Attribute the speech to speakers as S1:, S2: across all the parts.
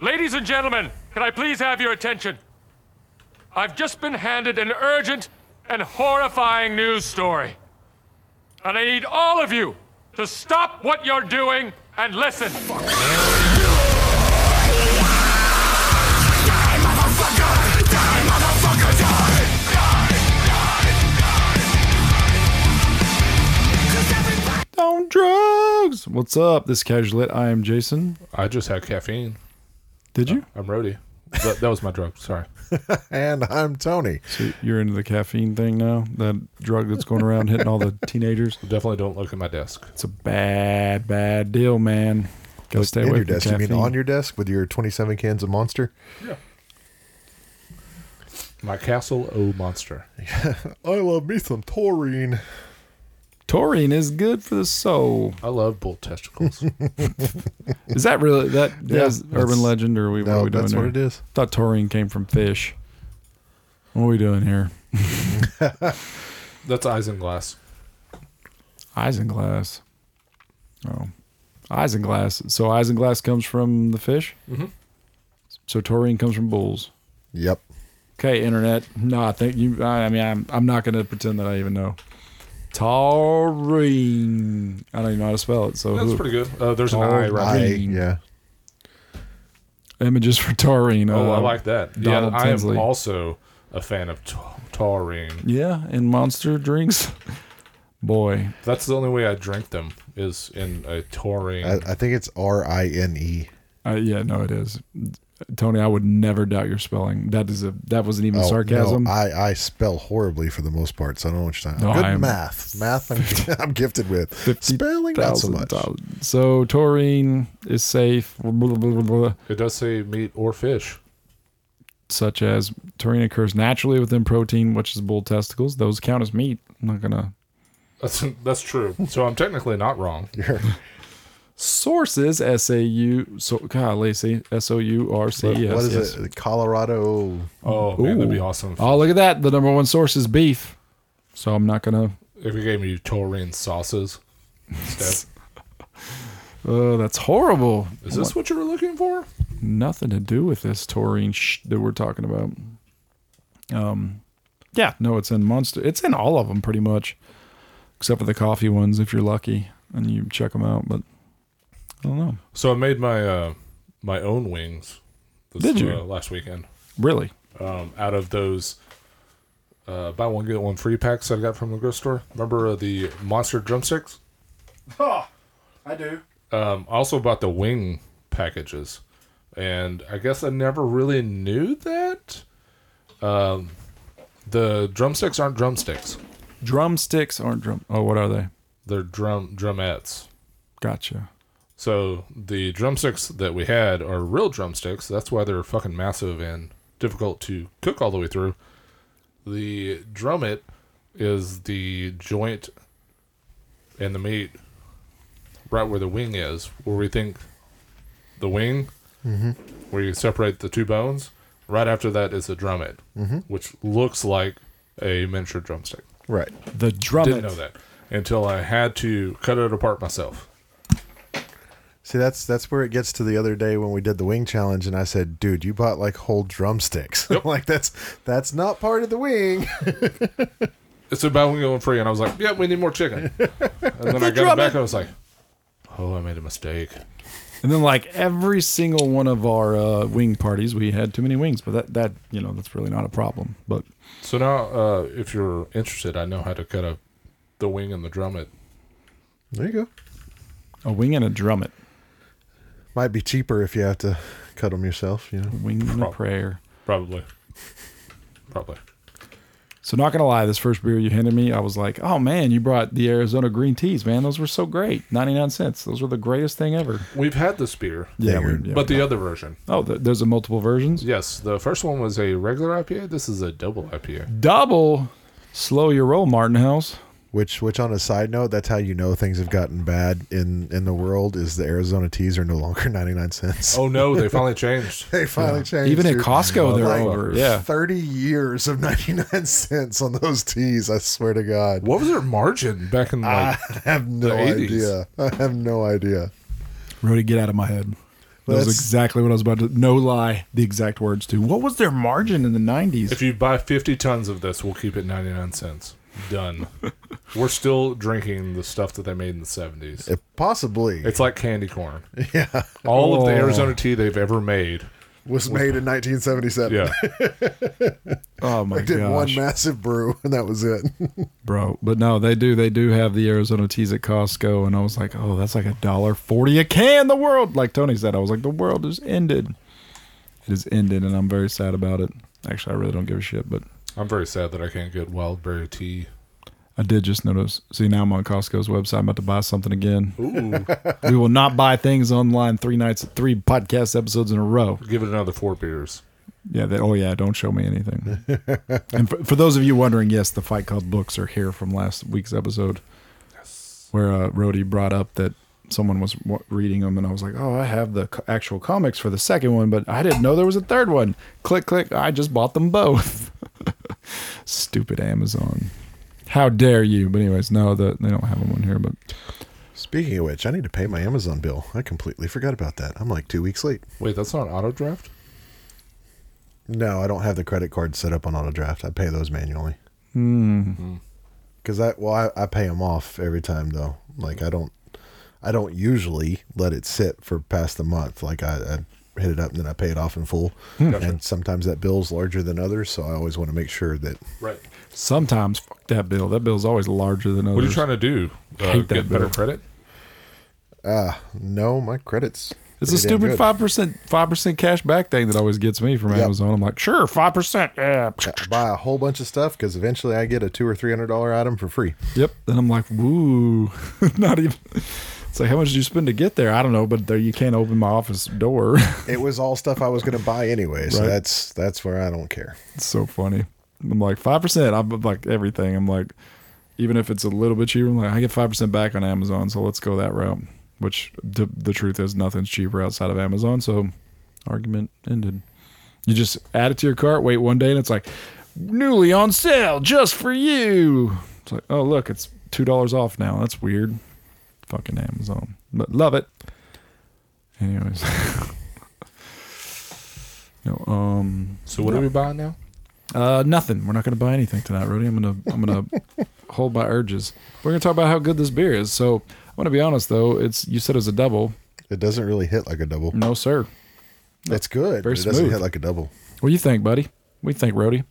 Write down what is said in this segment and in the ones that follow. S1: Ladies and gentlemen, can I please have your attention? I've just been handed an urgent and horrifying news story. And I need all of you to stop what you're doing and listen.
S2: On drugs. What's up? This is Casualette. I am Jason.
S3: I just had caffeine.
S2: Did you?
S3: I'm roadie. That, that was my drug. Sorry.
S4: And I'm Tony.
S2: So you're into the caffeine thing now? That drug that's going around hitting all the teenagers?
S3: Definitely don't look at my desk.
S2: It's a bad, bad deal, man. Gotta stay
S4: In
S2: away
S4: your
S2: from
S4: desk.
S2: caffeine.
S4: You mean on your desk with your 27 cans of Monster?
S3: My castle O monster.
S4: I love me some taurine.
S2: Taurine is good for the soul.
S3: I love bull testicles.
S2: Is that really that? that's urban
S4: that's-
S2: legend, or are we, what are
S4: No,
S2: we doing
S4: that's what
S2: here?
S4: it is.
S2: Thought taurine came from fish. What are we doing here?
S3: That's isinglass.
S2: Isinglass. Oh, isinglass. So isinglass comes from the fish. Mm-hmm. So taurine comes from bulls.
S4: Yep.
S2: Okay, internet. No, I think you. I, I mean, I'm. I'm not going to pretend that I even know. Taurine. I don't even know how to spell it. So
S3: That's
S2: who-
S3: pretty good. Uh, there's an
S2: Oh,
S3: eye right
S4: I,
S3: there.
S2: Taurine.
S4: yeah.
S2: images for taurine.
S3: Oh, I
S2: uh,
S3: like that.
S2: Donald
S3: yeah,
S2: Tinsley.
S3: I am also a fan of ta- taurine.
S2: Yeah, and monster drinks. Boy,
S3: That's the only way I drink them is in a taurine.
S4: I, I think it's R I N E.
S2: Uh, yeah, no, it is. Tony, I would never doubt your spelling. That is a that wasn't even
S4: Oh,
S2: sarcasm.
S4: No, I, I spell horribly for the most part, so I don't know what you're talking
S2: No,
S4: about. Good
S2: I am-
S4: math. Math I'm, I'm gifted with. Spelling, not so much.
S2: $50,000. So taurine is safe, blah, blah, blah, blah, blah,
S3: it does say meat or fish.
S2: such as taurine occurs naturally within protein, which is bull testicles. Those count as meat. I'm not gonna.
S3: That's that's true. So I'm technically not wrong.
S2: Sources S A U. So golly, see S O U R C E S.
S4: what is
S2: yes.
S4: it? Colorado.
S3: Oh, man, that'd be
S2: Ooh.
S3: awesome. If,
S2: Oh, look at that! The number one source is beef. So I'm not gonna.
S3: if you gave me taurine sauces. instead.
S2: Oh, that's horrible.
S3: Is this what you were looking for?
S2: nothing to do with this taurine sh- that we're talking about. Um, yeah, no, it's in Monster. It's in all of them pretty much, except for the coffee ones if you're lucky and you check them out. But I don't know.
S3: So I made my uh, my own wings. This,
S2: Did you?
S3: Uh, last weekend,
S2: Really,
S3: um, out of those uh, buy one get one free packs I got from the grocery store. Remember uh, the monster drumsticks?
S5: I do.
S3: Um, I also bought the wing packages, and I guess I never really knew that. Um, the drumsticks aren't drumsticks;
S2: drumsticks aren't drum. Oh, what are they?
S3: they're drum drumettes.
S2: Gotcha.
S3: So the drumsticks that we had are real drumsticks. That's why they're fucking massive and difficult to cook all the way through. The drummet is the joint and the meat right where the wing is, where we think the wing, where you separate the two bones. Right after that is the drummet, which looks like a miniature drumstick.
S4: Right.
S2: The
S3: Didn't
S2: drummet.
S3: know that until I had to cut it apart myself.
S4: See, that's that's where it gets to the other day when we did the wing challenge, and I said, "Dude, you bought like whole drumsticks. like that's that's not part of the wing."
S3: it's about we going free, and I was like, "Yeah, we need more chicken." And then I got it back, and I was like, "Oh, I made a mistake."
S2: And then like every single one of our uh, wing parties, we had too many wings. But that that you know that's really not a problem. But
S3: So now, uh, if you're interested, I know how to cut up the wing and the drummet.
S4: there you go.
S2: a wing and a drummet,
S4: Might be cheaper if you have to cut them yourself. You know.
S2: wing and a
S3: Prob-
S2: prayer.
S3: Probably, probably.
S2: So not gonna lie, this first beer you handed me, I was like, "Oh man, you brought the Arizona green teas, man. Those were so great. Ninety nine cents. Those were the greatest thing ever."
S3: We've had this beer,
S2: Yeah,
S4: Figured.
S2: we- yeah,
S3: but
S2: we-
S3: the other version.
S2: oh, th- there's a multiple versions.
S3: Yes, the first one was a regular IPA. This is a double IPA.
S2: Double, slow your roll, Martin House.
S4: Which which on a side note, that's how you know things have gotten bad in in the world is the Arizona teas are no longer 99 cents.
S3: Oh no, they finally changed.
S4: They finally changed.
S2: Even at
S4: dude.
S2: Costco, they're
S4: Like,
S2: over. Yeah,
S4: 30 years of 99 cents on those teas. I swear to God.
S3: What was their margin back in
S2: Ah.
S3: like?
S4: I have no
S3: 80s.
S4: idea. I have no idea.
S2: Rody, get out of my head. That was
S4: That's-
S2: exactly what I was about to. No lie, the exact words too. What was their margin in the
S3: If
S2: nineties?
S3: you buy 50 tons of this, we'll keep it 99 cents. Done. We're still drinking the stuff that they made in the 70s.
S4: It- possibly
S3: It's like candy corn.
S4: yeah
S3: All of the
S2: Oh.
S3: Arizona tea they've ever made.
S4: was made in 1977.
S3: Yeah.
S2: Oh my
S4: I did one
S2: gosh,
S4: massive brew and that was it.
S2: bro! But no, they do. They do have the Arizona teas at Costco, and I was like, oh, that's like a dollar forty a can. The world, like Tony said, I was like, the world is ended. It is ended, and I'm very sad about it. Actually, I really don't give a shit, but
S3: I'm very sad that I can't get wild berry tea.
S2: I did just notice. See, now I'm on Costco's website. I'm about to buy something again. we will not buy things online three nights, three podcast episodes in a row.
S3: Give it another four beers.
S2: Yeah. That, oh, yeah. Don't show me anything. and for, for those of you wondering, yes, the Fight Club books are here from last week's episode, where uh, Rhodey brought up that someone was wa reading them, and I was like, "Oh, I have the co- actual comics for the second one, but I didn't know there was a third one." Click, click. I just bought them both. Stupid Amazon. How dare you? But anyways, no, the, they don't have them on here. But
S4: Speaking of which, I need to pay my Amazon bill. I completely forgot about that. I'm like two weeks late.
S3: Wait, that's not auto draft?
S4: No, I don't have the credit card set up on auto draft. I pay those manually.
S2: Hmm.
S4: Because I well, I, I pay them off every time though. Like I don't, I don't usually let it sit for past the month. Like I, I hit it up and then I pay it off in full.
S2: Hmm.
S4: And sometimes that bill's larger than others, so I always want to make sure that
S3: Right.
S2: sometimes fuck that bill. That bill's always larger than others.
S3: What are you trying to do? Uh,
S2: Hate that
S3: get better
S2: bill.
S3: credit?
S4: no, my credits.
S2: It's a
S4: pretty damn
S2: stupid
S4: good.
S2: five percent five percent cash back thing that always gets me from
S4: Yep.
S2: Amazon. I'm like, sure, five percent. Yeah.
S4: I buy a whole bunch of stuff because eventually I get a two or three hundred dollar item for free.
S2: Yep. Then I'm like, woo. Not even it's like how much did you spend to get there? I don't know, but there you can't open my office door.
S4: It was all stuff I was going to buy anyway, so
S2: Right.
S4: that's that's where I don't care.
S2: it's so funny. I'm like five percent. I'm like everything. I'm like even if it's a little bit cheaper, I'm like, I get five percent back on Amazon, so let's go that route. Which the, the truth is nothing's cheaper outside of Amazon, so argument ended. You just add it to your cart, wait one day, and it's like newly on sale just for you. It's like, oh look, it's two dollars off now. That's weird. Fucking Amazon, but love it. Anyways, no. Um,
S3: So what are we buying now?
S2: uh, nothing. We're not going to buy anything tonight, Rudy. I'm going to I'm going to hold my urges. We're going to talk about how good this beer is. So I'm going to be honest though. It's you said it was a double.
S4: It doesn't really hit like a double.
S2: No sir.
S4: That's good.
S2: Mm. Very
S4: but it doesn't
S2: smooth.
S4: hit like a double.
S2: What do you think, buddy? What do you think, Rody?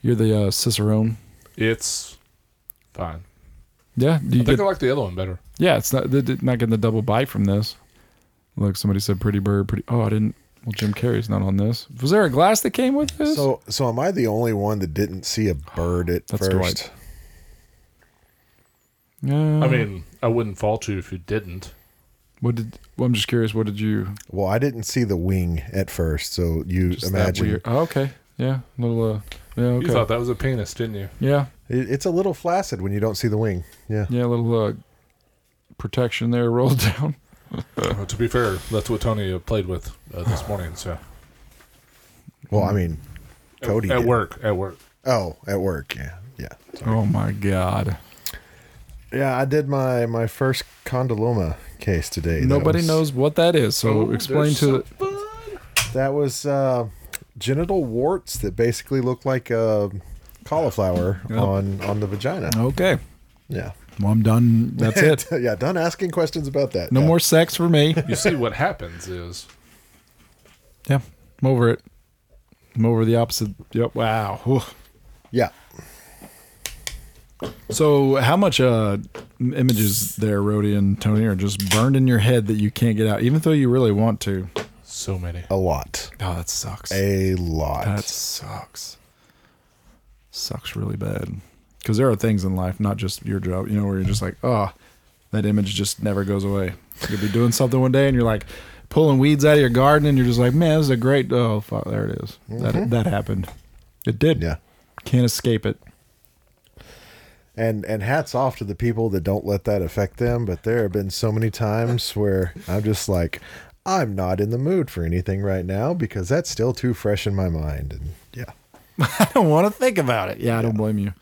S2: You're the uh, cicerone.
S3: It's fine.
S2: Yeah. Do you
S3: I think
S2: get,
S3: I like the other one better.
S2: yeah. It's not they're not getting the double bite from this. Look, somebody said pretty bird. Pretty. Oh, I didn't. Well, Jim Carrey's not on this. Was there a glass that came with this?
S4: So so am I the only one that didn't see a bird at
S2: That's
S4: first?
S2: Dwight. yeah.
S3: I mean, I wouldn't fault you if you didn't.
S2: what did? Well, I'm just curious. What did you?
S4: Well, I didn't see the wing at first, so you
S2: Just that
S4: imagine
S2: weird- Oh, okay. Yeah. Little. Uh, yeah. Okay.
S3: You thought that was a penis, didn't you?
S2: yeah.
S4: It- it's a little flaccid when you don't see the wing. Yeah.
S2: Yeah, a little uh, protection there rolled down. Uh-huh.
S3: Well, to be fair, that's what Tony uh, played with uh, this morning. So
S4: Well, I mean, Cody
S3: at
S4: did.
S3: work, at work.
S4: Oh, at work. Yeah. Yeah.
S2: Oh my god!
S4: Yeah, I did my my first condyloma case today. That
S2: Nobody
S4: was- Oh,
S2: knows what that is, so explain to
S4: That was uh, genital warts that basically look like uh, cauliflower on on the vagina.
S2: Okay.
S4: Yeah.
S2: Well, I'm done. That's it.
S4: yeah, done asking questions about that.
S2: No
S4: Yeah.
S2: more sex for me.
S3: You see, what happens is
S2: Yeah, I'm over it. I'm over the opposite. Yep. Wow. Whew.
S4: Yeah.
S2: So, how much uh, m- images there, Rody and Tony, are just burned in your head that you can't get out, even though you really want to?
S3: so many.
S4: A lot.
S2: Oh, that sucks.
S4: A lot.
S2: That sucks. Sucks really bad. Because there are things in life, not just your job, you know, where you're just like, oh, that image just never goes away. You'll be doing something one day and you're like pulling weeds out of your garden and you're just like, man, this is a great, oh, fuck, there it is. That, that happened. It did.
S4: Yeah.
S2: Can't escape it.
S4: And and hats off to the people that don't let that affect them, but there have been so many times where I'm just like I'm not in the mood for anything right now because that's still too fresh in my mind and yeah.
S2: I don't want to think about it. Yeah, I don't blame you.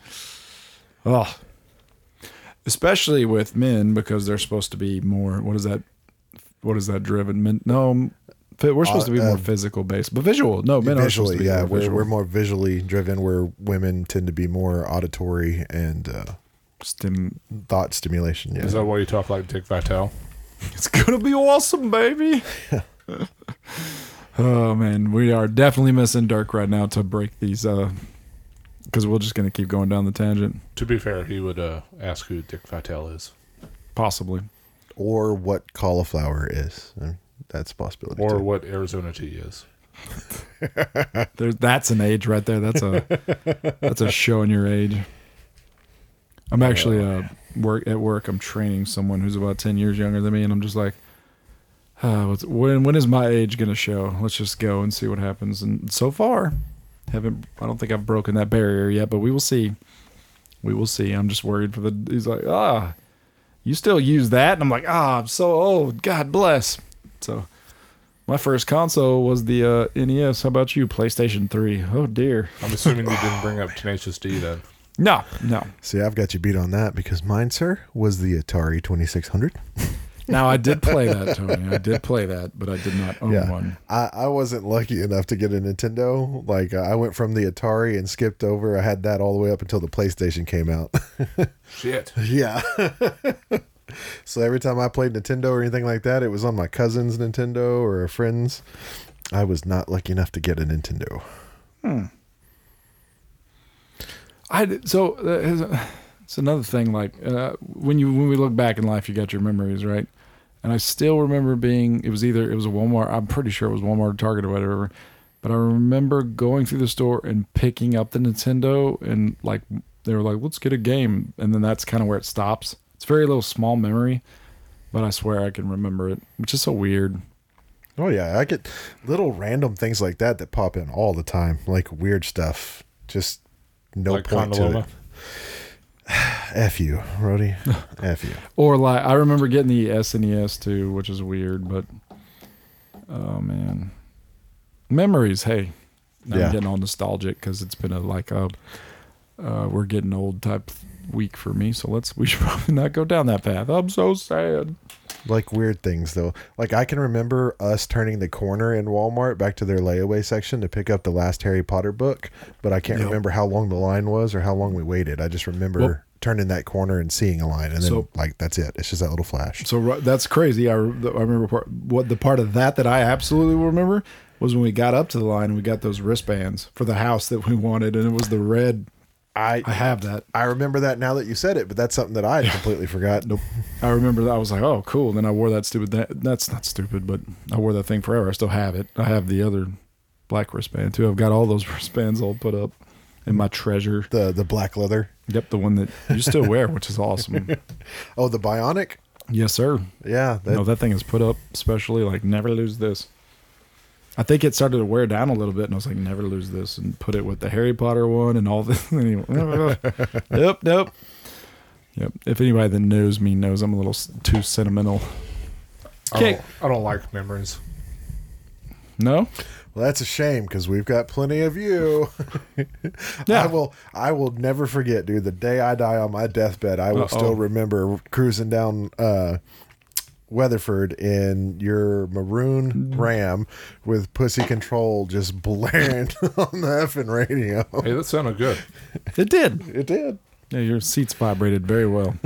S2: Oh, especially with men because they're supposed to be more. What is that? what is that driven? Men- no, m- fi- we're supposed to be
S4: Uh,
S2: more
S4: uh,
S2: physical based, but visual. No, men are supposed to
S4: visually,
S2: be
S4: yeah,
S2: more
S4: we're,
S2: visual.
S4: we're more visually driven. Where women tend to be more auditory and uh,
S2: Stim-
S4: thought stimulation. Yeah,
S3: Is that why you talk like Dick Vitale?
S2: It's gonna be awesome, baby. oh man, we are definitely missing Dirk right now to break these. uh Because we're just gonna keep going down the tangent,
S3: To be fair, he would uh, ask who Dick Vitale is,
S2: possibly.
S4: or what cauliflower is. Uh, That's a possibility.
S3: or
S4: too.
S3: what Arizona tea is.
S2: There's that's an age right there. That's a that's a showing your age. I'm actually uh, work at work. I'm training someone who's about ten years younger than me, and I'm just like, uh, what's, when when is my age gonna show? Let's just go and see what happens. And so far, haven't I don't think I've broken that barrier yet, but we will see. We will see. I'm just worried for the. He's like, ah, you still use that? And I'm like, ah, I'm so old. God bless. So. My first console was the uh, NES. How about you? PlayStation 3. Oh, dear.
S3: I'm assuming you didn't bring up Tenacious D then.
S2: No, no.
S4: See, I've got you beat on that because mine, sir, was the Atari Twenty Six Hundred.
S2: Now, I did play that, Tony. I did play that, but I did not own one.
S4: I, I wasn't lucky enough to get a Nintendo. Like uh, I went from the Atari and skipped over. I had that all the way up until the PlayStation came out.
S3: Shit.
S4: yeah. so every time I played Nintendo or anything like that, it was on my cousin's Nintendo or a friend's. I was not lucky enough to get a Nintendo.
S2: I did- so uh, it's- it's another thing. Like uh, when you when we look back in life, you got your memories, right? And I still remember being. It was either it was a Walmart. I'm pretty sure it was Walmart or Target or whatever. But I remember going through the store and picking up the Nintendo, and like they were like, "Let's get a game," and then that's kind of where it stops. It's very little small memory, but I swear I can remember it, which is so weird.
S4: Oh yeah, I get little random things like that that pop in all the time, like weird stuff. Just no
S3: like
S4: point to
S3: Condaloma.
S4: it. F you, Rody. F you.
S2: Or like I remember getting the SNES too, which is weird, but oh man, memories. Hey, Now
S4: Yeah.
S2: I'm getting all nostalgic because it's been a like a uh, we're getting old type week for me. So let's we should probably not go down that path. I'm so sad.
S4: like weird things though. Like I can remember us turning the corner in Walmart back to their layaway section to pick up the last Harry Potter book, but I can't remember how long the line was or how long we waited. I just remember
S2: Well-
S4: turning that corner and seeing a line, and then
S2: So-
S4: like that's it. It's just that little flash.
S2: So ri- that's crazy. I, re- I remember part, what the part of that that I absolutely remember was when we got up to the line. We got those wristbands for the house that we wanted, and it was the red. I have that.
S4: I remember that now that you said it, but that's something that I had completely forgot. Nope.
S2: I remember that I was like, oh, cool. Then I wore that stupid. That that's not stupid, but I wore that thing forever. I still have it. I have the other black wristband too. I've got all those wristbands all put up in my treasure.
S4: The the black leather.
S2: Yep, the one that you still wear, which is awesome.
S4: Oh, the bionic.
S2: yes, sir.
S4: Yeah, that,
S2: no, that thing is put up specially. Like, never lose this. I think it started to wear down a little bit, and I was like, never lose this, and put it with the Harry Potter one and all this. Anyway, nope, nope. Yep. If anybody that knows me knows I'm a little s- too sentimental.
S3: I don't, I don't like memories.
S2: No?
S4: Well, that's a shame because we've got plenty of you.
S2: Yeah.
S4: I will. I will never forget, dude. The day I die on my deathbed, I will
S2: Uh-oh.
S4: still remember cruising down uh, Weatherford in your
S2: Mm.
S4: maroon Ram with pussy control just blaring on the effing radio.
S3: Hey, that sounded good.
S2: It did.
S4: It did.
S2: Yeah, your seats vibrated very well.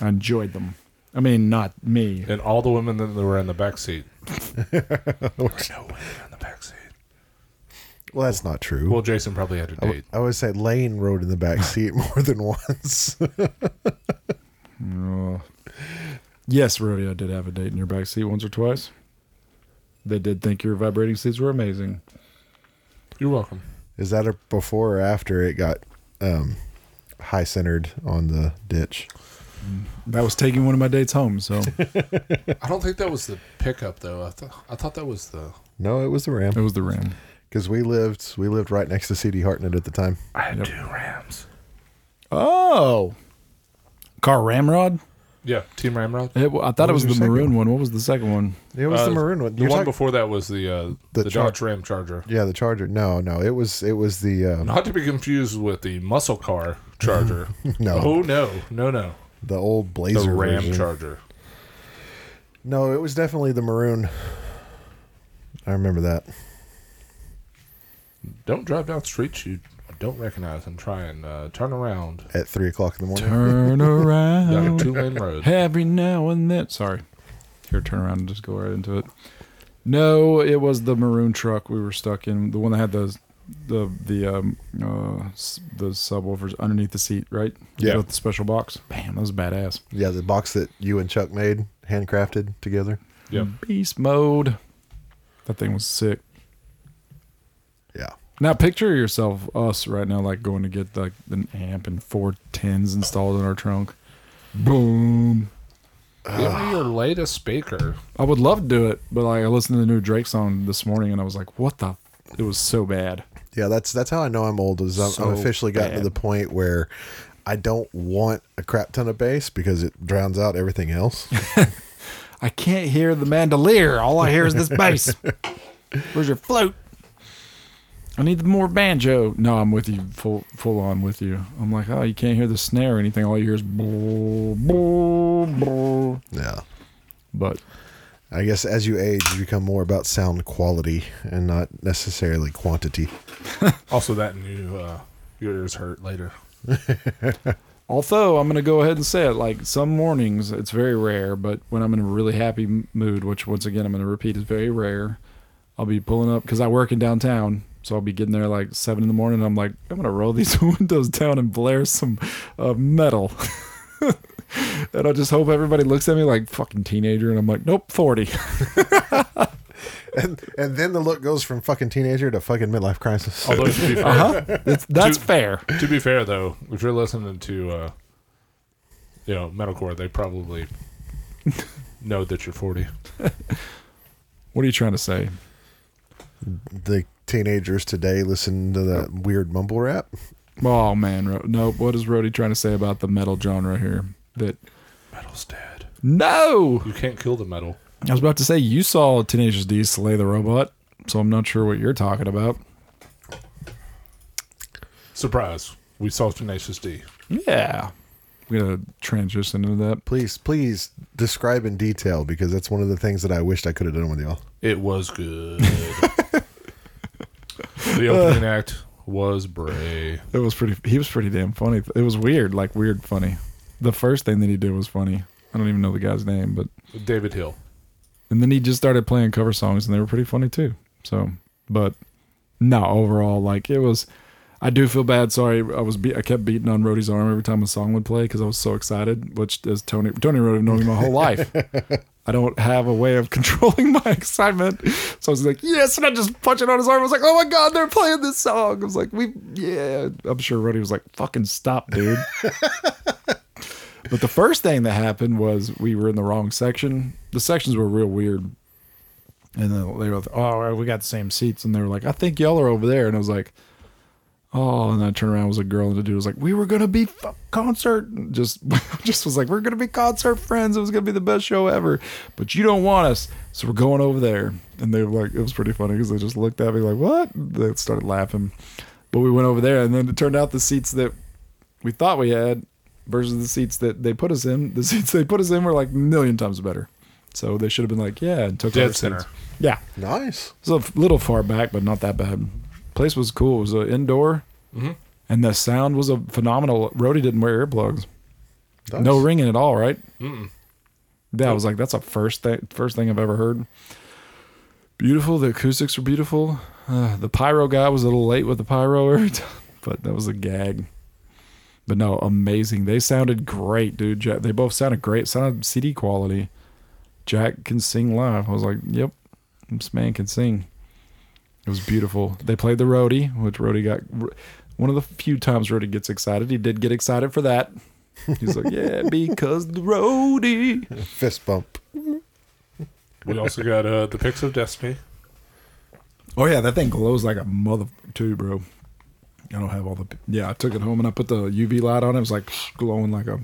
S2: I enjoyed them. I mean, not me.
S3: And all the women that were in the back seat. there were no women in the back seat.
S4: Well, that's not true.
S3: Well, Jason probably had a date.
S4: I always say Lane rode in the back seat more than once.
S2: Oh. Yes, Rodeo did have a date in your back seat once or twice. They did think your vibrating seats were amazing.
S3: You're welcome.
S4: Is that a before or after it got um, high centered on the ditch?
S2: That was taking one of my dates home, so
S3: I don't think that was the pickup though. I thought I thought that was the.
S4: No, it was the
S2: it
S4: Ram
S2: was the Ram.
S4: because we lived we lived right next to CD Hartnett at the time.
S3: I had two Rams.
S2: Oh, car Ramrod.
S3: Yeah, Team Ramrod.
S2: It, wa- I thought it
S4: was
S2: was the
S4: your
S2: maroon one. What was the second one?
S4: It was the
S3: Uh,
S4: maroon one.
S3: The
S4: You're
S3: one
S4: talk-
S3: before that was the uh,
S4: The
S3: the,
S4: char-
S3: Dodge Ram Charger.
S4: Yeah, the Charger. No, no, it was it was the um,
S3: Not to be confused with the muscle car Charger.
S4: No.
S3: Oh no, no, no.
S4: the old
S3: The
S4: Blazer
S3: Ram
S4: version.
S3: Charger.
S4: No, it was definitely the maroon. I remember that.
S3: Don't drive down streets you don't recognize and try and uh, turn around
S4: At three o'clock in the morning.
S2: Turn
S3: down a
S2: around
S3: two lane road.
S2: every now and then. Sorry. Here, turn around and just go right into it. No, it was the maroon truck we were stuck in. The one that had the the the um uh s- the subwoofers underneath the seat, right?
S4: Yeah.
S2: With the special box. Bam, that was badass.
S4: Yeah, the box that you and Chuck made, handcrafted together.
S3: Yep.
S2: Beast mode. That thing was sick.
S4: Yeah.
S2: Now picture yourself us right now, like going to get like an amp and four tens installed in our trunk. Boom.
S3: Give me your latest speaker.
S2: I would love to do it, but like I listened to the new Drake song this morning and I was like, what the? It was so bad.
S4: Yeah, that's that's how I know I'm old. Is I'm,
S2: So
S4: I've officially gotten to
S2: bad.
S4: the point where I don't want a crap ton of bass because it drowns out everything else.
S2: I can't hear the mandolier. All I hear is this bass. Where's your flute? I need more banjo. No, I'm with you, full full on with you. I'm like, oh, you can't hear the snare or anything. All you hear is. Blah, blah, blah.
S4: yeah.
S2: But
S4: I guess as you age, you become more about sound quality and not necessarily quantity.
S3: Also, that and you, uh, your ears hurt later.
S2: Although I'm going to go ahead and say it, like some mornings, it's very rare, but when I'm in a really happy m- mood, which once again I'm going to repeat is very rare, I'll be pulling up because I work in downtown. So I'll be getting there like seven in the morning. And I'm like, I'm going to roll these windows down and blare some uh, metal. and I just hope everybody looks at me like fucking teenager. And I'm like, nope, 40.
S4: And and then the look goes from fucking teenager to fucking midlife crisis.
S3: Although, to be fair,
S2: That's, that's
S3: Dude.
S2: fair.
S3: to be fair though, if you're listening to uh, you know metalcore, they probably know that you're 40.
S2: What are you trying to say?
S4: the teenagers today listen to that weird mumble rap.
S2: Oh, man. Ro- no, what is Rody trying to say about the metal genre here? That
S3: Metal's dead.
S2: no.
S3: You can't kill the metal.
S2: I was about to say you saw Tenacious D slay the robot, so I'm not sure what you're talking about.
S3: Surprise! We saw Tenacious D.
S2: Yeah, we're gonna transition into that.
S4: Please, please describe in detail because that's one of the things that I wished I could have done with y'all.
S3: It was good. the
S2: Uh.
S3: opening act was Bray.
S2: It was pretty. He was pretty damn funny. It was weird, like weird funny. The first thing that he did was funny. I don't even know the guy's name, but
S3: David Hill.
S2: and then he just started playing cover songs, and they were pretty funny too. So, but no, overall, like it was. I do feel bad. Sorry, I was be- I kept beating on Rody's arm every time a song would play because I was so excited. Which is Tony Tony Rody known me my whole life. I don't have a way of controlling my excitement, so I was like, yes, and I just punch it on his arm. I was like, oh my god, they're playing this song. I was like, we yeah. I'm sure Rody was like, fucking stop, dude. But the first thing that happened was we were in the wrong section. The sections were real weird. And then they were like, oh, all right, we got the same seats. And they were like, I think y'all are over there. And I was like, oh. And I turned around, it was a girl, and the dude was like, we were going to be f- concert. and Just, just was like, we're going to be concert friends. It was going to be the best show ever. But you don't want us. So we're going over there. And they were like, it was pretty funny because they just looked at me like, what? They started laughing. But we went over there. And then it turned out the seats that we thought we had versus the seats that they put us in. The seats they put us in were like a million times better. So they should have been like, yeah, and took
S3: Dead
S2: our
S3: center.
S2: seats. Yeah,
S4: Nice.
S2: it was a little far back, but not that bad. Place was cool. It was uh, indoor, and the sound was a phenomenal. Rody didn't wear earplugs.
S4: nice.
S2: No ringing at all, right? Yeah, I was like, that's a first thing, first thing I've ever heard. Beautiful. The acoustics were beautiful. Uh, the pyro guy was a little late with the pyro every time, but that was a gag. But no, amazing. They sounded great, dude. Jack, they both sounded great. Sounded CD quality. Jack can sing live. I was like, yep, this man can sing. It was beautiful. They played the roadie, which roadie got one of the few times roadie gets excited. He did get excited for that. He's like, yeah, because the roadie.
S4: Fist bump.
S3: We also got uh, the Picks of Destiny.
S2: Oh yeah, that thing glows like a mother too, bro. I don't have all the. Yeah, I took it home and I put the UV light on. It It was like glowing like a.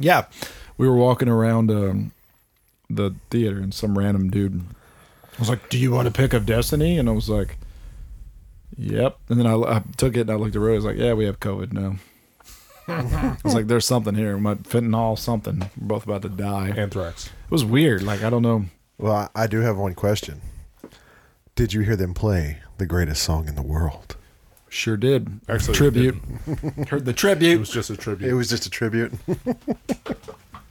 S2: Yeah, we were walking around um, the theater and some random dude was like, "Do you want to pick up Destiny?" And I was like, "Yep." And then I, I took it and I looked at Rose like, "Yeah, we have COVID now." It's like there's something here. My fentanyl, something. We're both about to die. It
S3: Anthrax.
S2: was weird. Like I don't know.
S4: Well, I, I do have one question. Did you hear them play the greatest song in the world?
S2: Sure did.
S3: Actually, we
S2: tribute. Heard the
S3: It
S2: tribute.
S3: was just a tribute.
S4: It was just a tribute.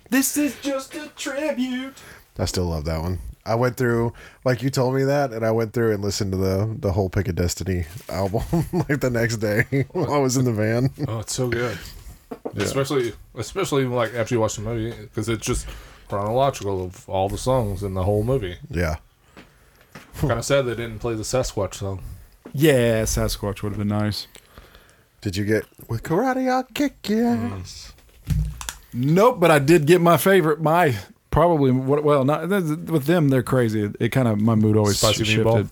S2: This is just a tribute.
S4: I still love that one. I went through, like you told me that, and I went through and listened to the the whole Pick of Destiny album like the next day while I was in the van.
S3: oh, it's so good. Especially, especially like after you watch the movie, because it's just chronological of all the songs in the whole movie.
S4: yeah,
S3: kind of sad they didn't play the Sasquatch song.
S2: Yeah, Sasquatch would have been nice.
S4: did you get with karate? I'll kick your ass.
S2: Nope, but I did get my favorite. My probably what? Well, not th- th- with them. They're crazy. It, kind of my mood always
S3: Spicy
S2: sh- shifted.
S3: meatball?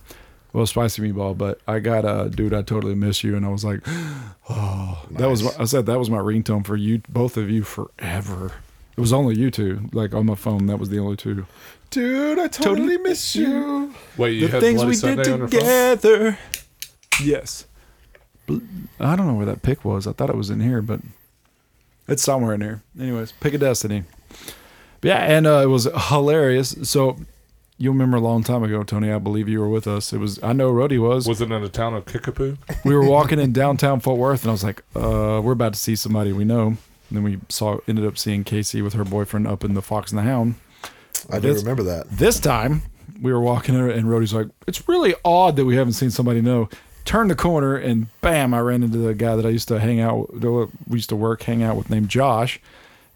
S2: Well, spicy meatball, but I got a dude. I totally miss you, and I was like, oh, that was. my- I said that was my ringtone for you, both of you, forever. It was only you two, like on my phone. That was the only two.
S4: Dude, I totally, miss you.
S3: Wait, you
S2: the
S3: had
S2: things
S3: Bloody
S2: we
S3: Sunday on your
S2: did
S3: phone?
S2: together. Yes. Bl- I don't know where that pick was. I thought it was in here, but it's somewhere in here. Anyways, pick a destiny. But yeah, and uh, it was hilarious. So you remember a long time ago, Tony? I believe you were with us. It was I know Rody was.
S3: Was it in the town of Kickapoo?
S2: We were walking in downtown Fort Worth, and I was like, uh, "We're about to see somebody we know." And then we saw ended up seeing Casey with her boyfriend up in the Fox and the Hound.
S4: I do
S2: This-
S4: remember that.
S2: This time, we were walking in, and Rody's like, "It's really odd that we haven't seen somebody know." Turned the corner, and bam! I ran into the guy that I used to hang out. We used to work, hang out with, named Josh.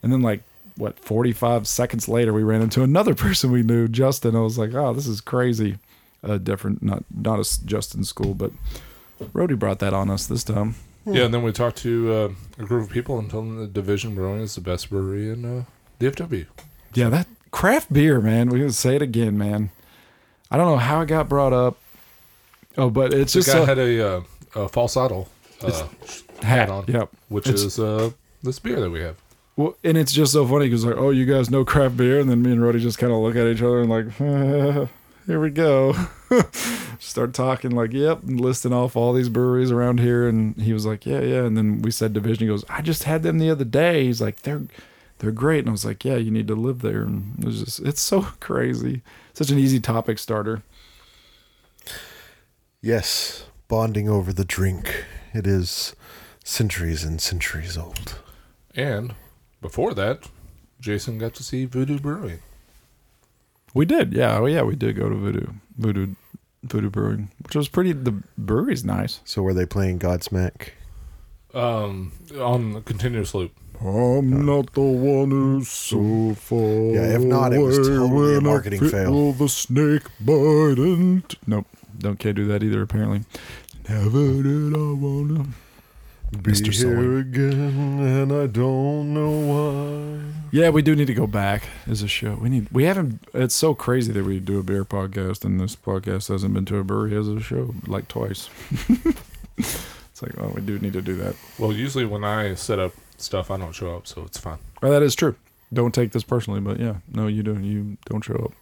S2: And then, like what, forty-five seconds later, we ran into another person we knew, Justin. I was like, "Oh, this is crazy." A different, not not a Justin school, but Rody brought that on us this time.
S3: Yeah, and then we talked to uh, a group of people and told them that Division Brewing is the best brewery in uh, DFW.
S2: Yeah, that craft beer, man. We're gonna say it again, man. I don't know how it got brought up. Oh, but it's
S3: The
S2: just
S3: guy
S2: a-
S3: had a, uh, a falsetto uh, hat on,
S2: Yep.
S3: which
S2: It's-
S3: is uh, this beer that we have.
S2: Well, and it's just so funny because like, oh, you guys know craft beer, and then me and Roddy just kind of look at each other and like, here we go, start talking like, yep, and listing off all these breweries around here, and he was like, yeah, yeah, and then we said division. He goes, I just had them the other day. He's like, they're they're great, and I was like, yeah, you need to live there, and it was just it's so crazy, such an easy topic starter.
S4: Yes, bonding over the drink. It is centuries and centuries old.
S3: And before that, Jason got to see Voodoo Brewing.
S2: We did, yeah, oh yeah, we did go to Voodoo, Voodoo, Voodoo Brewing, which was pretty. The brewery's nice.
S4: So were they playing Godsmack?
S3: Um, on the continuous loop.
S2: I'm not the one who's so far.
S4: Yeah, if not, it was
S2: away
S4: totally a
S2: when I
S4: marketing
S2: feel
S4: fail.
S2: The snake bite and nope, don't can't do that either. Apparently, never did I wanna.
S4: Be
S2: Mr. Sully.
S4: here again, and I don't know why.
S2: Yeah, we do need to go back as a show. We need. We haven't. It's so crazy that we do a beer podcast, and this podcast hasn't been to a brewery as a show like twice. it's like, oh, we do need to do that.
S3: Well, usually when I set up stuff, I don't show up, so it's fine.
S2: Well, that is true. Don't take this personally, but yeah, no, you don't. You don't show up.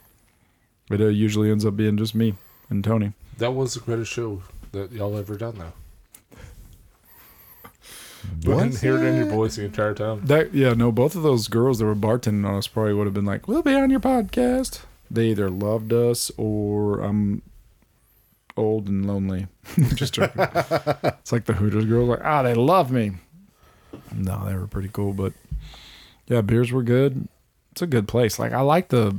S2: It uh, usually ends up being just me and Tony.
S3: That was the greatest show that y'all ever done, though. I didn't
S4: Was
S3: hear it in your voice the entire time.
S2: That yeah, no, both of those girls that were bartending on us probably would have been like, "We'll be on your podcast." They either loved us or I'm old and lonely. Just joking. it's like the Hooters girls, like, ah, they love me. No, they were pretty cool, but yeah, beers were good. It's a good place. Like I like the.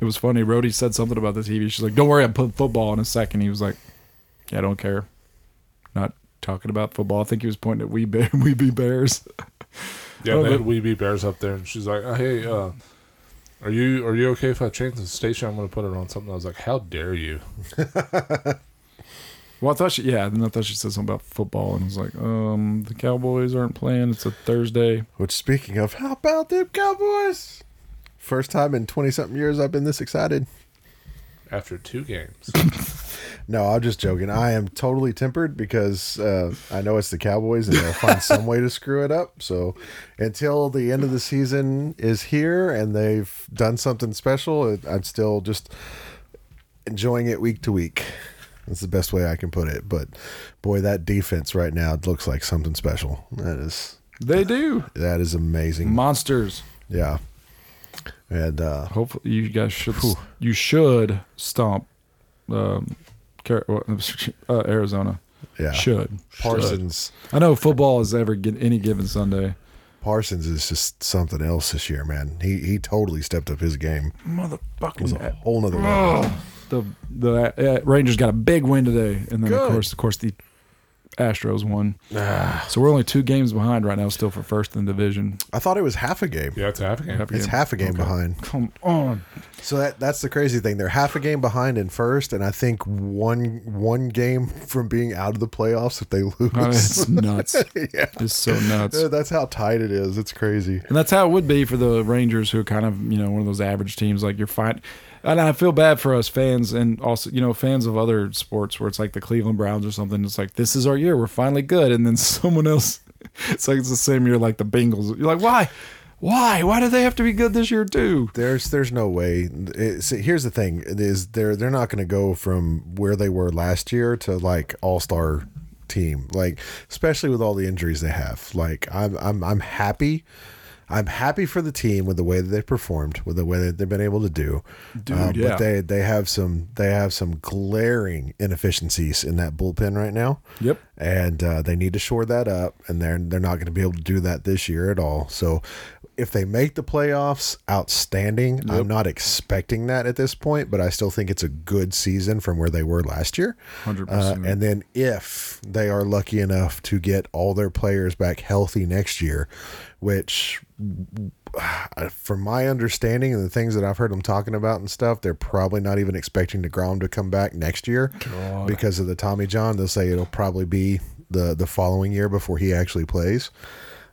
S2: It was funny. Rhodey said something about the TV. She's like, "Don't worry, I'm putting football in a second. He was like, "Yeah, I don't care." Not talking about football. I think he was pointing at we bear, we be bears.
S3: Yeah,
S2: Oh,
S3: they had
S2: that-
S3: Weeby Bears up there, and she's like, oh, "Hey, uh, are you are you okay if I change the station? I'm going to put it on something." I was like, "How dare you?"
S2: Well, I thought she, yeah, then I thought she said something about football, and I was like, um, the Cowboys aren't playing. It's a Thursday.
S4: Which, speaking of, how about them Cowboys? First time in 20 something years I've been this excited.
S3: After two games,
S4: No, I'm just joking. I am totally tempered because uh, I know it's the Cowboys and they'll find some way to screw it up. So until the end of the season is here and they've done something special, it- I'm still just enjoying it week to week. That's the best way I can put it. But boy, that defense right now it looks like something special. That is
S2: They do.
S4: That is amazing.
S2: Monsters.
S4: yeah. And uh,
S2: Hopefully, you guys should. You should stomp um, Car- uh, Arizona.
S4: yeah,
S2: Should.
S4: Parsons
S2: I know football is every any given Sunday.
S4: Parsons is just something else this year, man. He he totally stepped up his game.
S2: Motherfucking
S4: Whole nother level.
S2: the the uh, Rangers got a big win today, and then of course, of course, the Astros won. so we're only two games behind right now, still for first in the division.
S4: I thought it was half a game.
S3: Yeah, it's half a game.
S2: Happy
S4: It's
S2: game.
S4: half a game behind.
S2: Come on,
S4: So that that's the crazy thing. They're half a game behind in first, and I think one one game from being out of the playoffs if they
S2: I mean,
S4: lose.
S2: Oh, it's nuts. It's so nuts.
S4: Yeah, that's how tight it is. It's crazy.
S2: And that's how it would be for the Rangers, who are kind of you know one of those average teams. Like you're fine, and I feel bad for us fans, and also you know fans of other sports where it's like the Cleveland Browns or something. It's like this is our year, we're finally good, and then someone else. It's like it's the same year like the Bengals. You're like, why, why, why do they have to be good this year too?
S4: There's there's no way. It, see, here's the thing: is they're they're not going to go from where they were last year to like all star team, like especially with all the injuries they have. Like I'm I'm I'm happy. I'm happy for the team with the way that they performed, with the way that they've been able to do. Dude,
S2: yeah.
S4: But they they have some they have some glaring inefficiencies in that bullpen right now.
S2: Yep.
S4: and uh, they need to shore that up, and they're they're not going to be able to do that this year at all. So, if they make the playoffs, outstanding. I'm not expecting that at this point, but I still think it's a good season from where they were last year. Uh,
S2: 100%.
S4: and then if they are lucky enough to get all their players back healthy next year, which I- uh, from my understanding and the things that I've heard them talking about and stuff, they're probably not even expecting Degrom to come back next year because of the Tommy John. They'll say it'll probably be the the following year before he actually plays.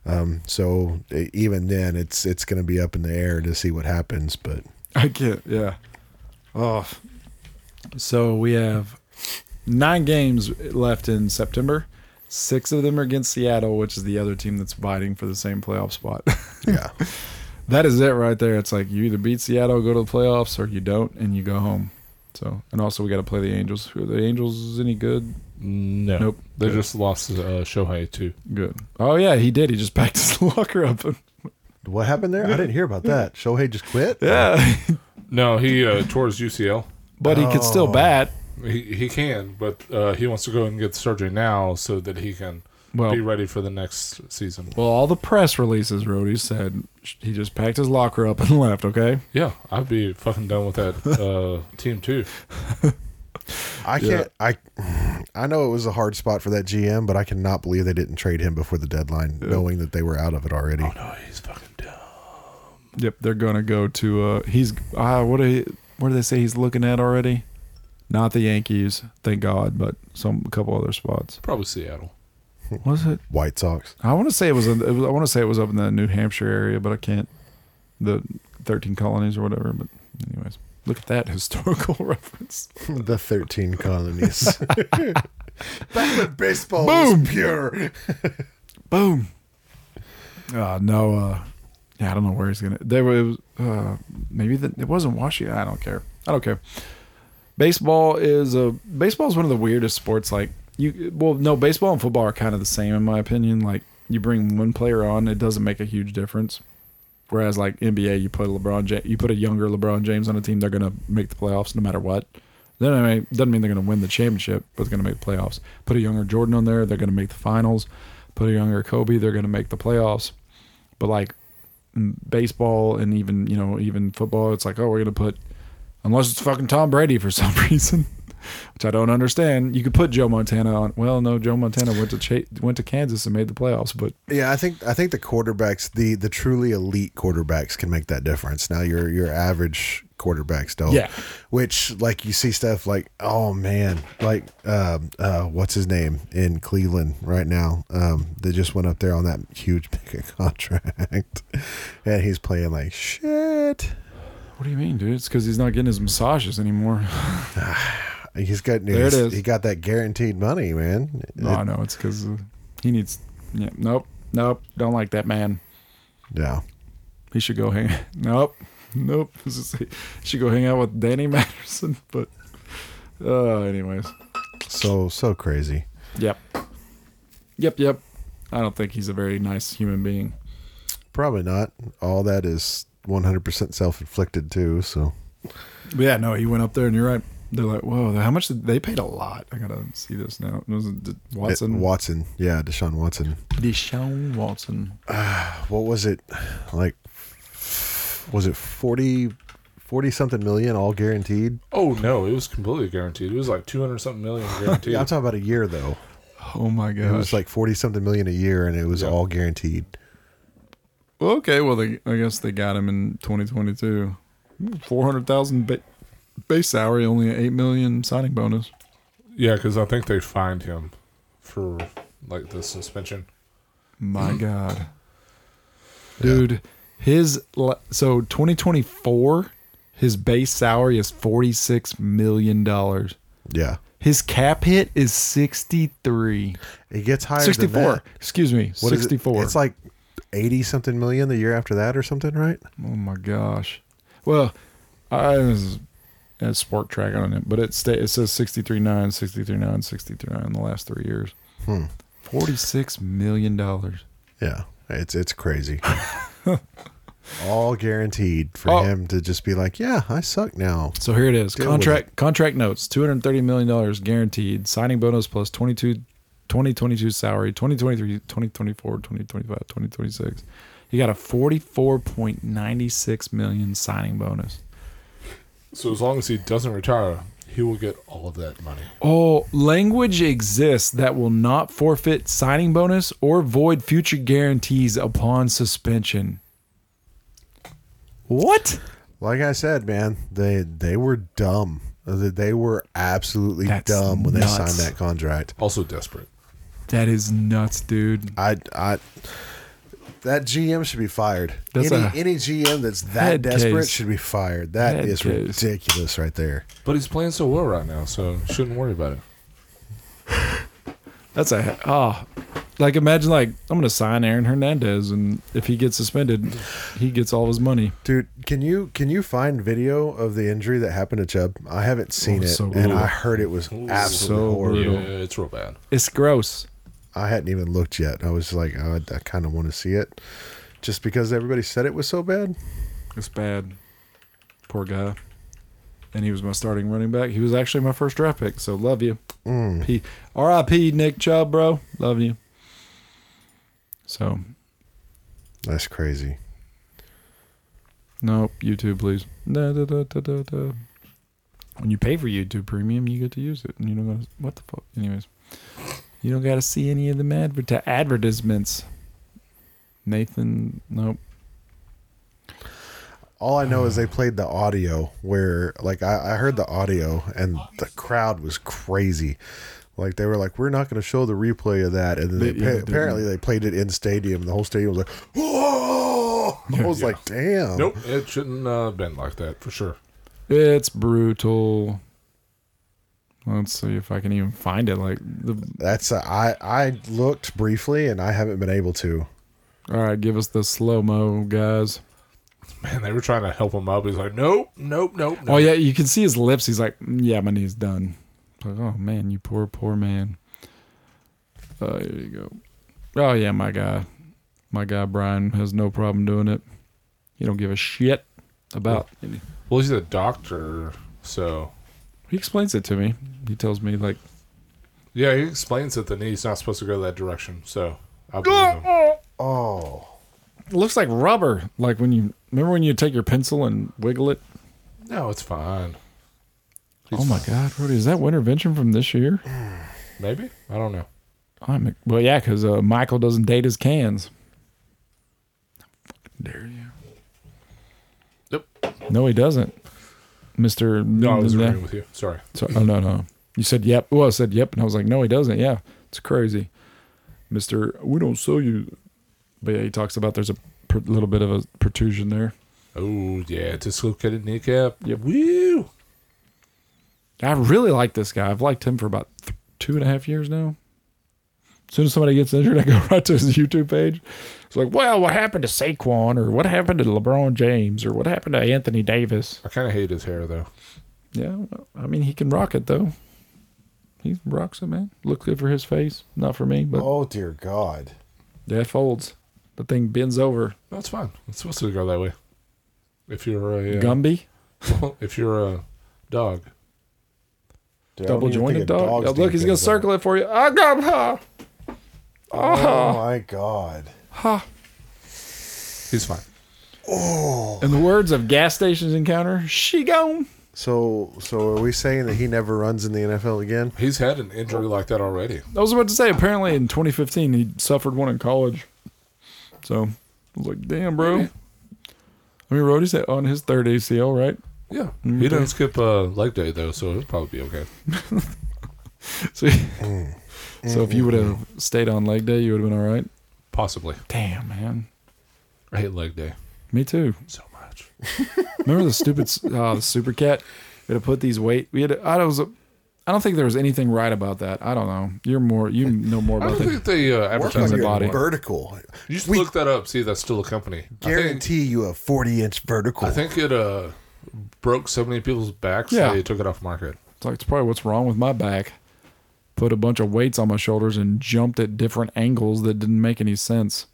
S4: Um, so e- even then, it's it's going to be up in the air to see what happens. But
S2: I can't. Yeah. Oh. So we have nine games left in September. Six of them are against Seattle, which is the other team that's fighting for the same playoff spot.
S4: yeah,
S2: that is it right there. It's like you either beat Seattle, go to the playoffs, or you don't, and you go home. So, and also we got to play the Angels. Who are the Angels any good?
S3: No.
S2: Nope.
S3: They
S2: Good.
S3: just lost uh, Shohei, too.
S2: Good. Oh yeah, he did. He just packed his locker up.
S4: what happened there? I didn't hear about that. Shohei just quit.
S2: yeah,
S3: No, he uh, tore his UCL.
S2: but he could still bat.
S3: He, he can, but uh, he wants to go and get surgery now so that he can
S2: Well-
S3: be ready for the next season.
S2: Well, all the press releases, Rhodey said he just packed his locker up and left. Okay.
S3: Yeah, I'd be fucking done with that uh, team too.
S4: I can't. I I know it was a hard spot for that GM, but I cannot believe they didn't trade him before the deadline, knowing that they were out of it already.
S2: Oh,
S3: Oh, No, he's fucking done.
S2: Yep, they're gonna go to. Uh, he's uh, what? Are, what do they say he's looking at already? Not the Yankees, thank God, but some a couple other spots.
S3: Probably Seattle.
S2: Was it?
S4: White Sox.
S2: I want to say it was. In, it was I want to say it was up in the New Hampshire area, but I can't. The thirteen colonies or whatever. But anyways, look at that historical reference.
S4: the 13 colonies. Back when baseball was pure.
S2: Boom. Uh, no. Uh, yeah, I don't know where he's gonna. They were. It was, uh, maybe the, it wasn't Washington. I don't care. I don't care. Baseball is a baseball is one of the weirdest sports. Like you, well, no, baseball and football are kind of the same in my opinion. Like you bring one player on, it doesn't make a huge difference. Whereas like NBA, you put LeBron, Ja- you put a younger LeBron James on a team, they're gonna make the playoffs no matter what. Then I mean, doesn't mean they're gonna win the championship, but they're gonna make the playoffs. Put a younger Jordan on there, they're gonna make the finals. Put a younger Kobe, they're gonna make the playoffs. But like in baseball and even you know even football, it's like oh we're gonna put unless it's fucking Tom Brady for some reason, which I don't understand. You could put Joe Montana on. Well, no, Joe Montana went to Cha- went to Kansas and made the playoffs, but
S4: Yeah, I think I think the quarterbacks, the the truly elite quarterbacks can make that difference. Now your your average quarterbacks don't.
S2: Yeah.
S4: Which like you see stuff like, oh man, like um uh what's his name in Cleveland right now? Um they just went up there on that huge mega contract. and he's playing like shit.
S2: what do you mean, dude? It's because he's not getting his massages anymore.
S4: He's got
S2: There it
S4: he's-
S2: is.
S4: he got that guaranteed money, man.
S2: No, Oh, I know it's because he needs. Yeah, nope, nope. Don't like that man.
S4: Yeah.
S2: He should go hang. Nope, nope. This is- He should go hang out with Danny Matterson. But, uh, anyways,
S4: So so crazy.
S2: yep, yep, yep. I don't think he's a very nice human being.
S4: Probably not. All that is 100% self inflicted, too. So,
S2: But yeah, no, he went up there, and you're right. They're like, whoa, how much did they paid a lot? I gotta see this now. It was it Watson,
S4: Watson. Yeah, Deshaun Watson.
S2: Deshaun Watson.
S4: What was it? Like, was it 40, 40 something million all guaranteed?
S3: Oh no, it was completely guaranteed. It was like two hundred something million guaranteed.
S4: I'm talking about a year, though.
S2: Oh my
S4: It
S2: gosh.
S4: was like 40 something million a year, and it was all guaranteed.
S2: Well, okay, well, they, I guess they got him in 2022. 400,000 ba- base salary, only an 8 million signing bonus.
S3: yeah, because I think they fined him for like the suspension.
S2: My
S4: Mm.
S2: god. Dude, his l- so 2024, his base salary is 46 million dollars.
S4: Yeah.
S2: His cap hit is 63.
S4: It gets higher than
S2: 64.
S4: that.
S2: Excuse me.
S4: What is it?
S2: 64.
S4: It's like 80 something million the year after that or something, right?
S2: Oh my gosh. Well, I was had Spark track on it, but it sta- it says 63.9, 63.9, 63.9 in the last three years.
S4: Hmm.
S2: $46 million. dollars.
S4: Yeah. It's it's crazy. all guaranteed for
S2: Oh.
S4: him to just be like, yeah, I suck now.
S2: So here it is.
S4: Deal with
S2: contract contract notes, $230 million dollars guaranteed. Signing bonus plus 22, 2022 salary, 2023, 2024, 2025, 2026. He got a 44.96 million signing bonus.
S3: So as long as he doesn't retire, he will get all of that money.
S2: Oh, language exists that will not forfeit signing bonus or void future guarantees upon suspension. What?
S4: Like I said, man, they they were dumb. They they were absolutely
S2: That's
S4: dumb when
S2: nuts.
S4: they signed that contract.
S3: Also desperate.
S2: That is nuts, dude.
S4: I I that GM should be fired.
S2: That's
S4: any
S2: a
S4: any GM that's that
S2: head
S4: desperate
S2: case.
S4: should be fired. That
S2: Head
S4: is
S2: case.
S4: ridiculous right there.
S3: But he's playing so well right now, so shouldn't worry about it.
S2: That's a oh. Like imagine like I'm gonna sign Aaron Hernandez and if he gets suspended, he gets all his money.
S4: Dude, can you can you find video of the injury that happened to Chubb? I haven't seen
S2: Oh,
S4: it,
S2: so
S4: and
S2: brutal.
S4: I heard it was absolutely
S2: so
S4: horrible.
S2: brutal.
S3: Yeah, it's real bad.
S2: It's gross.
S4: I hadn't even looked yet. I was like, oh, I, kind of want to see it, just because everybody said it was so bad.
S2: It's bad. Poor guy. And he was my starting running back. He was actually my first draft pick, so love you. P- R.I.P. Nick Chubb, bro. Love you. So,
S4: That's crazy.
S2: no, YouTube, please. Da, da, da, da, da, da. When you pay for YouTube Premium, you get to use it. And you don't gotta, what the fuck? Anyways, you don't got to see any of them adverti- advertisements. Nathan, nope.
S4: All I know is they played the audio where, like, I, I heard the audio, and the crowd was crazy. Like they were like, we're not going to show the replay of that, and then they,
S2: They- yeah,
S4: pa-
S2: they didn't.
S4: apparently they played it in stadium. The whole stadium was like, whoa! I was like, damn.
S3: Nope, it shouldn't uh, have been like that for sure.
S2: It's brutal. Let's see if I can even find it. Like the
S4: That's a, I I looked briefly and I haven't been able to.
S2: all right, give us the slow mo, guys.
S3: Man, they were trying to help him up. He's like, nope, nope, nope.
S2: Oh
S3: nope.
S2: yeah, you can see his lips. He's like, "Mm, yeah, my knee's done. It's Like, oh man, you poor, poor man. Uh, here you go. Oh yeah, my guy, my guy Brian has no problem doing it. He don't give a shit about. Any.
S3: Well, he's a doctor, so
S2: He explains it to me. He tells me like,
S3: yeah, he explains that the knee's not supposed to go that direction. So I believe him.
S4: Oh,
S2: it looks like rubber. Like when you remember when you take your pencil and wiggle it.
S3: No, it's fine.
S2: oh my God, Rudy, is that Wintervention from this year?
S3: Maybe I don't know.
S2: I'm well, yeah, because uh, Michael doesn't date his cans. I fucking dare you.
S3: Nope.
S2: No, he doesn't, Mister.
S3: No, I was agreeing with you. Sorry.
S2: So- oh no, no. You said yep. Well, I said yep, and I was like, no, he doesn't. Yeah, it's crazy, Mister. We don't sell you. But yeah, he talks about there's a per, little bit of a protrusion there.
S3: Oh yeah, dislocated kneecap.
S2: Yep.
S3: Woo.
S2: I really like this guy. I've liked him for about th- two and a half years now. As soon as somebody gets injured, I go right to his YouTube page. It's like, well, what happened to Saquon or what happened to LeBron James or what happened to Anthony Davis?
S3: I kind of hate his hair though.
S2: Yeah, well, I mean, he can rock it though. He rocks it, man. Look good for his face, not for me, but
S4: oh dear God.
S2: Yeah, it folds. The thing bends over.
S3: That's fine. It's supposed to go that way. If you're a uh,
S2: Gumby.
S3: if you're a dog,
S4: Dude, I don't
S2: Double
S4: even think
S2: jointed
S4: a
S2: dog.
S4: dog's
S2: Oh, look, he's
S4: teeth
S2: gonna
S4: is a-
S2: circle it for you. I got ha.
S4: Oh my god.
S3: he's fine.
S4: Oh.
S2: In the words of gas stations encounter, she gone.
S4: So so are we saying that he never runs in the NFL again?
S3: He's had an injury like that already.
S2: I was about to say. Apparently, in 2015, he suffered one in college. So, I was like, damn, bro. I mean, Roddy's on his third ACL, right?
S3: Yeah,
S2: Mm-hmm.
S3: he didn't skip uh, leg day though, so he'll probably be okay.
S2: So, so if you would have stayed on leg day, you would have been all right.
S3: Possibly.
S2: Damn, man.
S3: I hate leg day
S2: Me too.
S3: so much.
S2: Remember the stupid, s- uh, the super cat? We had to put these weight. We had. To, I was. I don't think there was anything right about that. I don't know. You're more. You know more
S3: I
S2: about
S3: don't
S2: that.
S3: think they uh,
S4: Work
S3: advertise
S4: on
S2: the
S3: it.
S4: your
S2: body.
S4: vertical.
S3: You just
S4: We-
S3: look that up. See, that's still a company.
S4: Guarantee you a 40 inch vertical.
S3: I think, I think it uh, broke so many people's backs.
S2: Yeah.
S3: they took it off market.
S2: It's like it's probably what's wrong with my back. Put a bunch of weights on my shoulders and jumped at different angles that didn't make any sense.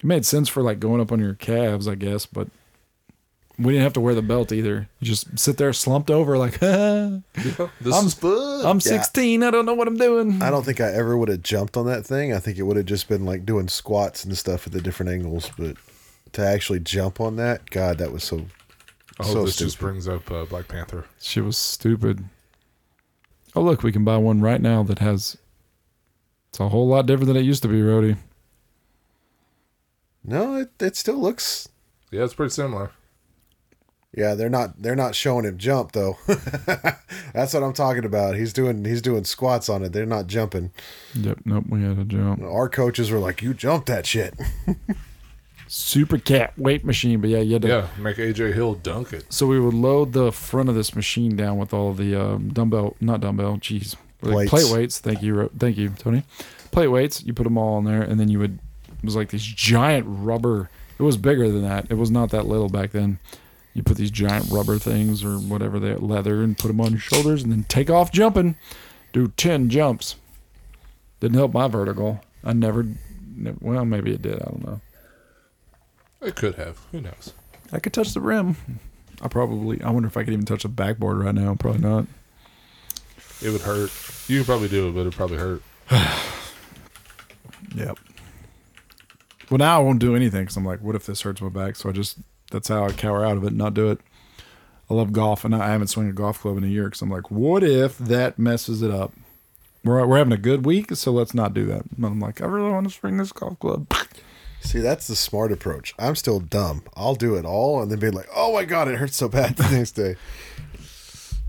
S2: It made sense for like going up on your calves, I guess, but we didn't have to wear the belt either. You just sit there slumped over like,
S3: This
S2: I'm-
S3: is fun.
S2: I'm 16. I don't know what I'm doing.
S4: I don't think I ever would have jumped on that thing. I think it would have just been like doing squats and stuff at the different angles, but to actually jump on that, God, that was so.
S3: I hope
S4: so
S3: this just
S4: stupid.
S3: brings up uh, Black Panther.
S2: She was stupid. Oh, look, we can buy one right now that has. It's a whole lot different than it used to be, Rody.
S4: No, it, it still looks.
S3: Yeah, it's pretty similar.
S4: Yeah, they're not they're not showing him jump though. That's what I'm talking about. He's doing he's doing squats on it. They're not jumping.
S2: Yep, nope, we had a jump.
S4: Our coaches were like, "You jumped that shit."
S2: Super cat weight machine, but yeah, you had to
S3: Yeah, make AJ Hill dunk it.
S2: So we would load the front of this machine down with all the um, dumbbell, not dumbbell, geez,
S4: Plates.
S2: plate weights. Thank you, Ro- thank you, Tony. Plate weights. You put them all in there, and then you would. It was like these giant rubber. It was bigger than that. It was not that little back then. You put these giant rubber things or whatever they leather and put them on your shoulders, and then take off jumping. Do ten jumps. Didn't help my vertical. I never. ne- Well, maybe it did. I don't know.
S3: It could have. Who knows?
S2: I could touch the rim. I probably. I wonder if I could even touch the backboard right now. Probably not.
S3: It would hurt. You could probably do it, but it'd probably hurt.
S2: Yep. Well, now I won't do anything because I'm like, what if this hurts my back? So I just that's how I cower out of it, and not do it. I love golf, and I haven't swung a golf club in a year because I'm like, what if that messes it up? We're we're having a good week, so let's not do that. And I'm like, I really want to swing this golf club.
S4: See, that's the smart approach. I'm still dumb. I'll do it all and then be like, "Oh my god, it hurts so bad the next day."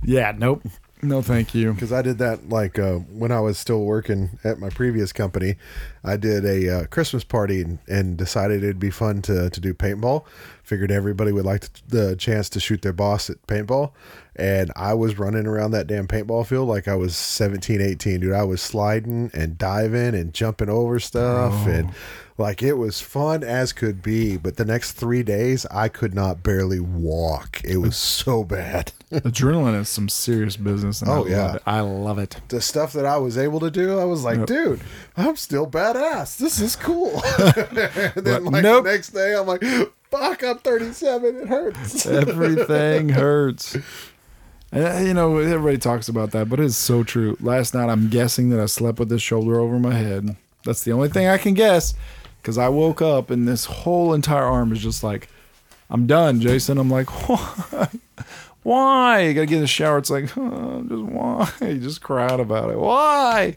S2: yeah, nope, no, thank you.
S4: because I did that like uh, when I was still working at my previous company. I did a uh, Christmas party and, and decided it'd be fun to, to do paintball. Figured everybody would like to, the chance to shoot their boss at paintball. And I was running around that damn paintball field like I was 17, 18, dude. I was sliding and diving and jumping over stuff. And like it was fun as could be. But the next three days, I could not barely walk. It was so bad.
S2: Adrenaline is some serious business. And
S4: Oh,
S2: I
S4: yeah.
S2: love it. I love it.
S4: the stuff that I was able to do, I was like, dude, I'm still badass. This is cool. and
S2: But
S4: then like
S2: nope.
S4: the next day, I'm like, fuck, I'm 37. It hurts.
S2: Everything hurts. And, uh, you know, everybody talks about that, but it's so true. Last night, I'm guessing that I slept with this shoulder over my head. That's the only thing I can guess because I woke up and this whole entire arm is just like, I'm done, Jason. I'm like, why? Why? You got to get in the shower. It's like, huh, just why? You just cry out about it. Why?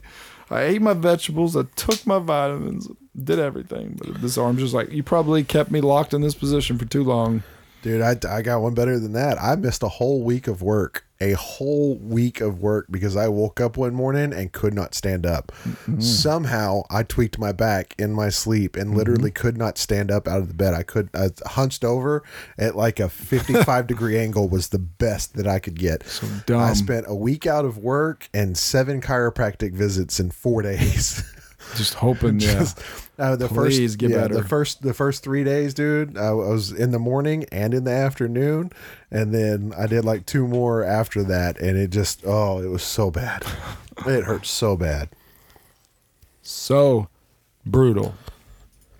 S2: I ate my vegetables. I took my vitamins, did everything. But this arm's just like, you probably kept me locked in this position for too long.
S4: Dude, I, I got one better than that. I missed a whole week of work, a whole week of work because I woke up one morning and could not stand up. Somehow I tweaked my back in my sleep and literally could not stand up out of the bed. I could, I hunched over at like a 55 degree angle was the best that I could get. So
S2: dumb.
S4: I spent a week out of work and seven chiropractic visits in four days.
S2: just hoping yeah.
S4: Just- uh, the
S2: Please
S4: first,
S2: get
S4: yeah,
S2: better.
S4: the first, the first three days, dude. I was in the morning and in the afternoon, and then I did like two more after that, and it just, oh, it was so bad. It hurt so bad.
S2: so brutal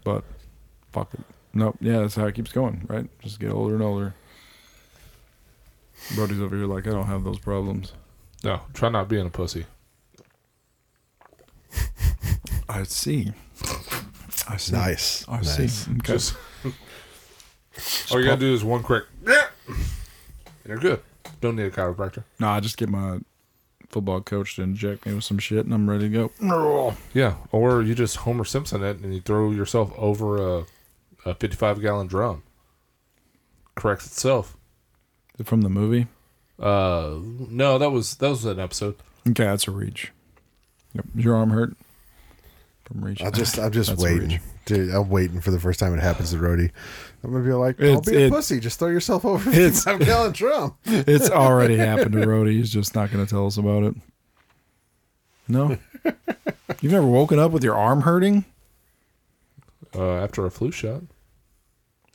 S2: But fuck it. Nope. Yeah, that's how it keeps going, right? Just get older and older. Brody's over here like, I don't have those problems.
S3: No, try not being a pussy.
S2: I see. I see.
S4: Nice.
S2: I
S4: nice.
S2: see. Okay.
S3: Just all you gotta do is one quick. and You're good. Don't need a chiropractor.
S2: no, I just get my football coach to inject me with some shit and I'm ready to go.
S3: Yeah, or you just Homer Simpson it and you throw yourself over a, a 55 gallon drum. Corrects itself.
S2: From the movie?
S3: Uh, no, that was that was an episode.
S2: Okay, that's a reach. Yep. Is Your arm hurt? From reach.
S4: I just, I'm just
S2: That's a
S4: waiting,
S2: reach.
S4: dude. I'm waiting for the first time it happens to Rody. I'm gonna be like, "Don't
S2: It's-
S4: be a
S2: it-
S4: pussy. Just throw yourself over
S2: It's-
S4: I'm gallon drum."
S2: It's already happened to Rhodey. He's just not going to tell us about it. No. You've never woken up with your arm hurting?
S3: Uh, after a flu shot.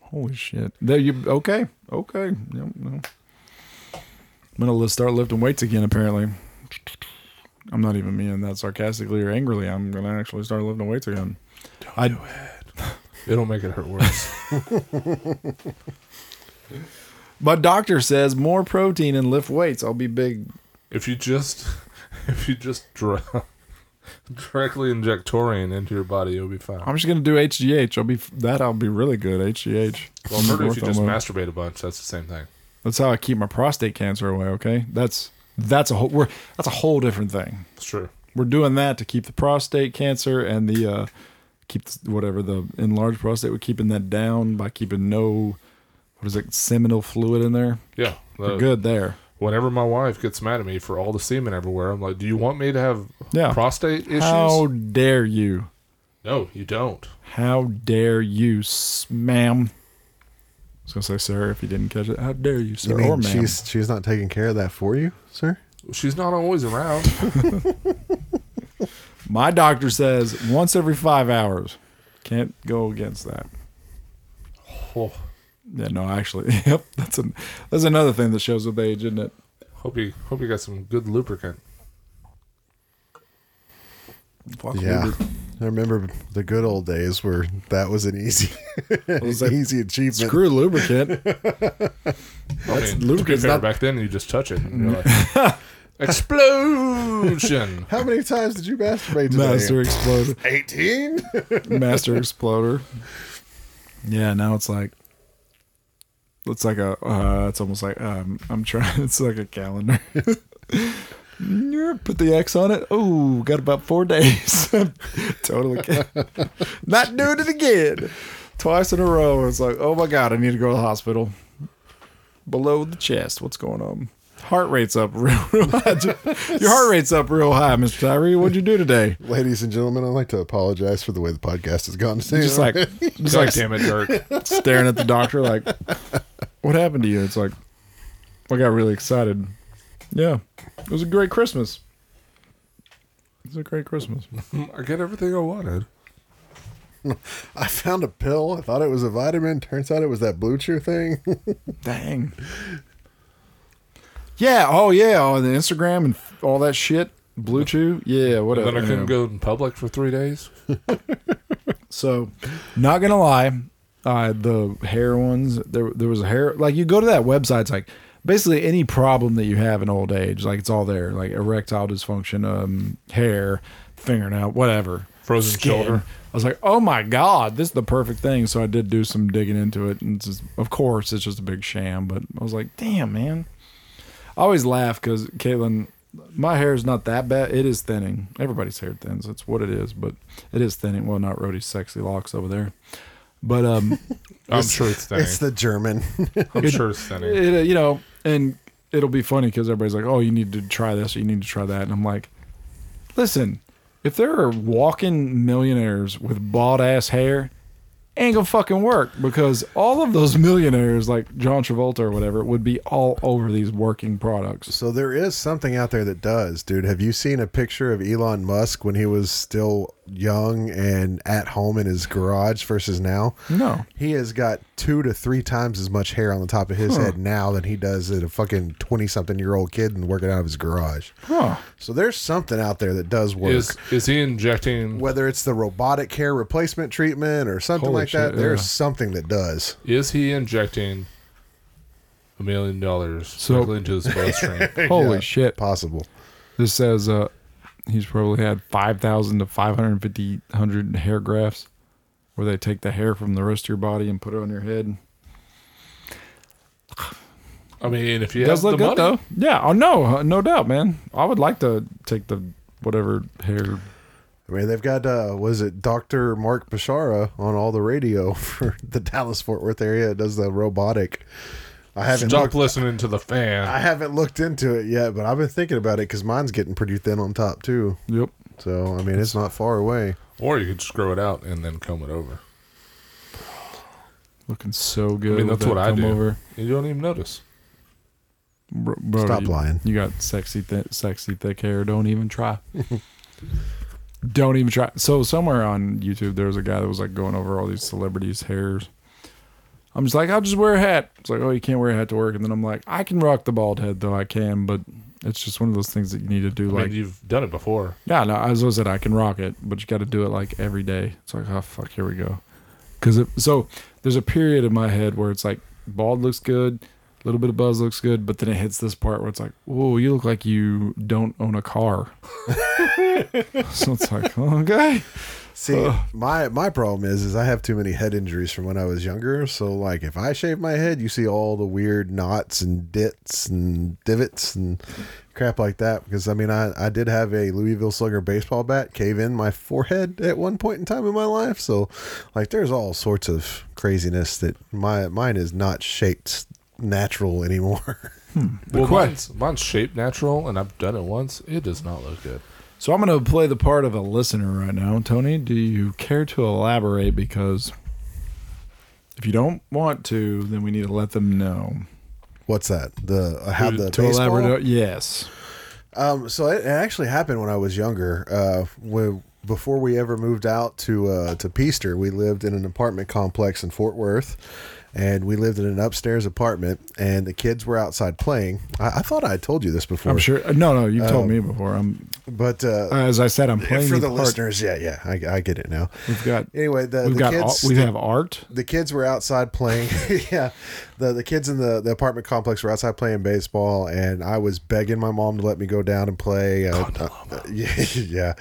S2: Holy shit. There you okay? Okay. Yep, no. I'm gonna li- start lifting weights again. Apparently, I'm not even meaning that sarcastically or angrily. I'm gonna actually start lifting weights again. I
S3: It'll make it hurt worse.
S2: my doctor says more protein and lift weights. I'll be big.
S3: if you just if you just dr- directly inject taurine into your body, you'll be fine.
S2: I'm just gonna do HGH. I'll be f- that. I'll be really good. HGH.
S3: Well, I've heard if you
S2: Ortho
S3: just
S2: mode.
S3: masturbate a bunch, that's the same thing.
S2: That's how I keep my prostate cancer away. Okay, that's that's a whole we're, that's a whole different thing.
S3: It's true.
S2: We're doing that to keep the prostate cancer and the uh, keep the- whatever the enlarged prostate. We're keeping that down by keeping no what is it seminal fluid in there.
S3: Yeah,
S2: We're
S3: uh,
S2: good there.
S3: Whenever my wife gets mad at me for all the semen everywhere, I'm like, "Do you want me to have
S2: Yeah.
S3: prostate issues?"
S2: How dare you?
S3: No, you don't.
S2: How dare you, s- ma'am? I was gonna say, sir, if you didn't catch it. How dare you, sir
S4: You mean
S2: or ma'am?
S4: she's she's not taking care of that for you, sir?
S3: She's not always around.
S2: My doctor says once every five hours. Can't go against that.
S3: Oh,
S2: Yeah, no, actually, yep. That's an that's another thing that shows with age, isn't it?
S3: hope you hope you got some good lubricant.
S2: Fuck,
S4: Yeah.
S2: Lubric-
S4: I remember the good old days where that was an easy,
S2: was like,
S4: easy achievement.
S2: Screw lubricant.
S3: I mean, to be
S2: lubricant's
S3: fair,
S2: not-
S3: back then. You just touch it and you're like, explosion.
S4: How many times did you masturbate today?
S2: Master exploder.
S4: 18?
S2: Master exploder. Yeah, now it's like it's like a uh, it's almost like um, I'm trying. It's like a calendar. Yeah, Put the X on it. Oh, got about four days. totally kidding. not doing it again. Twice in a row. It's like, oh my god, I need to go to the hospital. Below the chest, what's going on? Heart rate's up real, real high. Your heart rate's up real high, Mr. Tyree. What'd you do today?
S4: Ladies and gentlemen, I'd like to apologize for the way the podcast has gone. today.
S2: Just like,
S3: God
S2: just like
S3: damn it, Dirk.
S2: staring at the doctor like what happened to you it's like i got really excited yeah it was a great christmas it was a great christmas
S3: I got everything I wanted.
S4: I found a pill. I thought it was a vitamin. Turns out it was that blue chew thing.
S2: dang yeah oh yeah on the instagram and f- all that shit blue chew yeah whatever
S3: Then I couldn't
S2: yeah.
S3: go in public for three days.
S2: So, not gonna lie, uh, the hair ones. There, there was a hair. Like you go to that website, it's like basically any problem that you have in old age, like it's all there. Like erectile dysfunction, um, hair, fingernail, whatever.
S3: Frozen shoulder.
S2: I was like, oh my god, this is the perfect thing. So I did do some digging into it, and it's just, of course, it's just a big sham. But I was like, damn, man. I always laugh because Caitlin, my hair is not that bad. It is thinning. Everybody's hair thins. That's what it is, but it is thinning. Well, not Rhodey's sexy locks over there, but um,
S3: I'm sure it's thinning.
S4: it's the German.
S3: I'm sure it's thinning.
S2: it, uh, you know, and it'll be funny because everybody's like, "Oh, you need to try this. Or you need to try that," and I'm like, "Listen, if there are walking millionaires with bald ass hair." Ain't gonna fucking work because all of those millionaires, like John Travolta or whatever, would be all over these working products.
S4: so there is something out there that does, dude. Have you seen a picture of Elon Musk when he was still young and at home in his garage versus now.
S2: No.
S4: He has got two to three times as much hair on the top of his head now than he does at a fucking 20 something year old kid and working out of his garage.
S2: Huh.
S4: So there's something out there that does work.
S3: Is is he injecting?
S4: Whether it's the robotic hair replacement treatment or something
S2: Holy
S4: like
S2: shit,
S4: that, there's
S2: yeah.
S4: something that does.
S3: Is he injecting a million dollars
S2: So-
S3: directly into his bloodstream?
S2: Holy shit.
S4: Possible.
S2: This says uh, he's probably had 5,000 to 550 hundred hair grafts where they take the hair from the rest of your body and put it on your head.
S3: I mean, if he
S2: It does
S3: has the
S2: look good,
S3: money,
S2: though. Yeah. Oh, no. uh, No doubt, man. I would like to take the whatever hair.
S4: I mean, they've got uh, was it Doctor Mark Bashara on all the radio for the Dallas Fort Worth area that does the robotic. I haven't
S3: stop
S4: looked,
S3: listening to the fan.
S4: I haven't looked into it yet, but I've been thinking about it because mine's getting pretty thin on top too.
S2: Yep.
S4: So I mean, it's not far away.
S3: Or you could just grow it out and then comb it over.
S2: Looking so good.
S3: I mean,
S2: with
S3: that's what
S2: that
S3: I
S2: comb
S3: do.
S2: Over.
S3: You don't even notice.
S2: Bro, bro,
S4: Stop
S2: Oh, you-
S4: lying.
S2: You got sexy, th- sexy thick hair. Don't even try. Don't even try. So somewhere on YouTube, there was a guy that was like going over all these celebrities' hairs. I'm just like, I'll just wear a hat. It's like, oh, you can't wear a hat to work. And then I'm like, I can rock the bald head though. I can, but it's just one of those things that you need to do.
S3: I
S2: like,
S3: mean, you've done it before.
S2: yeah, no, as I said, I can rock it, but you got to do it like every day. It's like, oh fuck, here we go. Because so there's a period in my head where it's like bald looks good, a little bit of buzz looks good, but then it hits this part where it's like, whoa, you look like you don't own a car. so it's like, okay,
S4: See, my my problem is is I have too many head injuries from when I was younger. So like, if I shave my head, you see all the weird knots and dits and divots and crap like that. Because I mean, I I did have a Louisville Slugger baseball bat cave in my forehead at one point in time in my life. So like, there's all sorts of craziness that my mine is not shaped natural anymore.
S3: well,
S2: quite-
S3: mine's, mine's shaped natural, and I've done it once. It does not look good.
S2: so I'm gonna play the part of a listener right now. Tony, do you care to elaborate? Because if you don't want to, then we need to let them know.
S4: What's that? The uh, how the
S2: to
S4: baseball?
S2: elaborate, yes.
S4: Um, so it, it actually happened when I was younger. Uh, when, before we ever moved out to uh, to Peaster, we lived in an apartment complex in Fort Worth, and we lived in an upstairs apartment. And the kids were outside playing. I, I thought I told you this before.
S2: I'm sure. No, no, you've told me before. I'm
S4: but uh,
S2: as I said, I'm playing
S4: Oh. for the
S2: part-
S4: listeners, yeah, yeah, I, I get it now.
S2: We've got
S4: Anyway, the,
S2: we've
S4: the
S2: got
S4: kids
S2: all, we have art.
S4: the kids were outside playing. yeah, the the kids in the, the apartment complex were outside playing baseball, and I was begging my mom to let me go down and play. Uh, uh, yeah, yeah.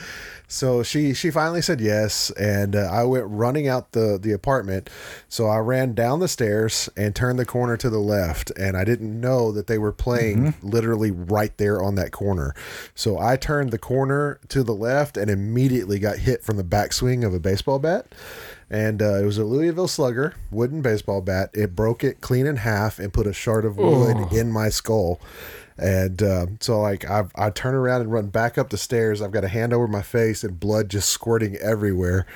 S4: So she she finally said yes, and uh, I went running out the the apartment. So I ran down the stairs and turned the corner to the left, and I didn't know that they were playing literally right there on that corner. So I turned the corner to the left and immediately got hit from the backswing of a baseball bat and uh, it was a Louisville Slugger wooden baseball bat. It broke it clean in half and put a shard of wood in my skull. And uh, so, like, I, I turn around and run back up the stairs. I've got a hand over my face and blood just squirting everywhere.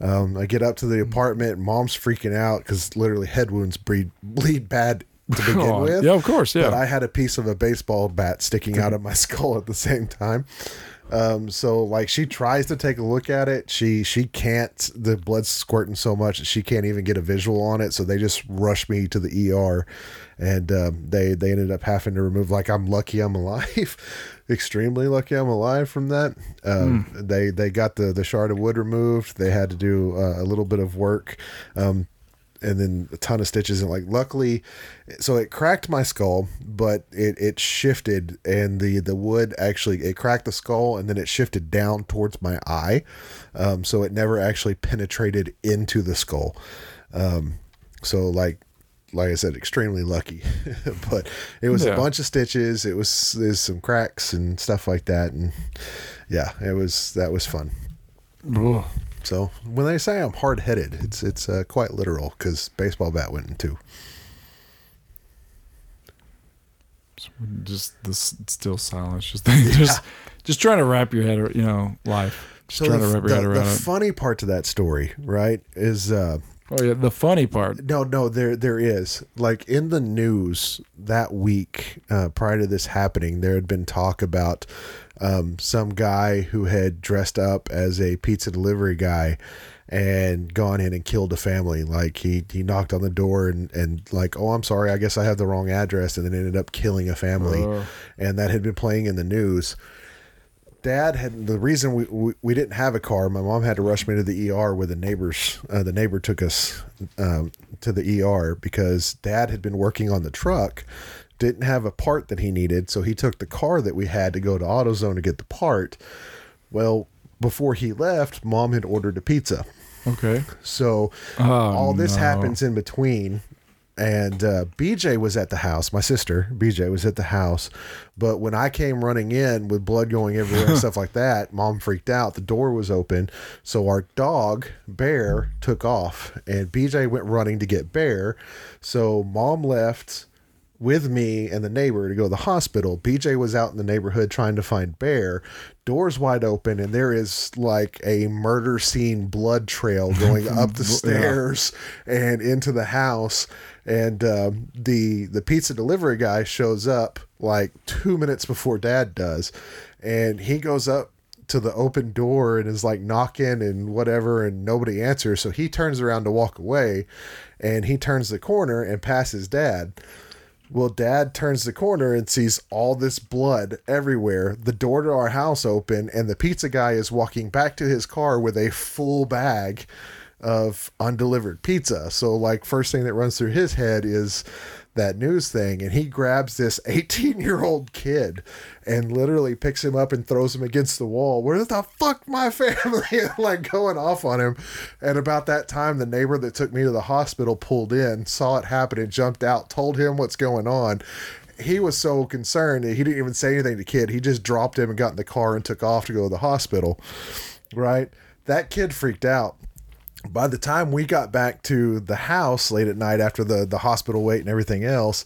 S4: Um, I get up to the apartment. Mom's freaking out because literally head wounds bleed, bleed bad to begin
S2: Oh,
S4: with.
S2: yeah, of course, yeah.
S4: But I had a piece of a baseball bat sticking out of my skull at the same time. Um, so like she tries to take a look at it. She she can't. The blood's squirting so much that she can't even get a visual on it. So they just rush me to the ER, and um, they they ended up having to remove. Like I'm lucky I'm alive, extremely lucky I'm alive from that. Um, They they got the the shard of wood removed. They had to do uh, a little bit of work. Um, and then a ton of stitches and like luckily so it cracked my skull but it it shifted and the the wood actually it cracked the skull and then it shifted down towards my eye um, so it never actually penetrated into the skull um, so like like I said, extremely lucky, but it was
S2: Yeah.
S4: a bunch of stitches. It was there's some cracks and stuff like that, and yeah, it was that was fun.
S2: Ugh.
S4: So when they say I'm hard headed, it's it's uh, quite literal because baseball bat went in two.
S2: Just this still silence. Just just just trying to wrap your head, ar- you know, life. Just
S4: So
S2: trying
S4: the,
S2: to wrap your
S4: the-
S2: head
S4: the
S2: around it.
S4: funny part to that story, right, is uh,
S2: Oh yeah, the funny part.
S4: No, no, there there is. Like in the news that week, uh, prior to this happening, there had been talk about um, some guy who had dressed up as a pizza delivery guy and gone in and killed a family. Like he he knocked on the door and and like, oh, I'm sorry, I guess I have the wrong address, and then ended up killing a family, and that had been playing in the news dad had the reason we, we, we didn't have a car. My mom had to rush me to the ER with the neighbors. Uh, the neighbor took us um, to the ER because dad had been working on the truck, didn't have a part that he needed, so he took the car that we had to go to AutoZone to get the part. Well, before he left, mom had ordered a pizza.
S2: Okay.
S4: So all this happens in between. And uh, BJ was at the house. My sister, BJ, was at the house. But when I came running in with blood going everywhere and stuff like that, mom freaked out. The door was open. So our dog, Bear, took off. And BJ went running to get Bear. So mom left with me and the neighbor to go to the hospital. BJ was out in the neighborhood trying to find Bear. Doors wide open, and there is like a murder scene blood trail going up the stairs and into the house. And um, the the pizza delivery guy shows up like two minutes before Dad does, and he goes up to the open door and is like knocking and whatever and nobody answers so he turns around to walk away and he turns the corner and passes dad well, dad turns the corner and sees all this blood everywhere, the door to our house open, and the pizza guy is walking back to his car with a full bag of undelivered pizza. So, like, first thing that runs through his head is that news thing, and he grabs this 18 year old kid and literally picks him up and throws him against the wall. Where the fuck my family? And, like going off on him. And about that time, the neighbor that took me to the hospital pulled in, saw it happen, and jumped out, told him what's going on. He was so concerned that he didn't even say anything to the kid. He just dropped him and got in the car and took off to go to the hospital. Right? That kid freaked out by the time we got back to the house late at night after the the hospital wait and everything else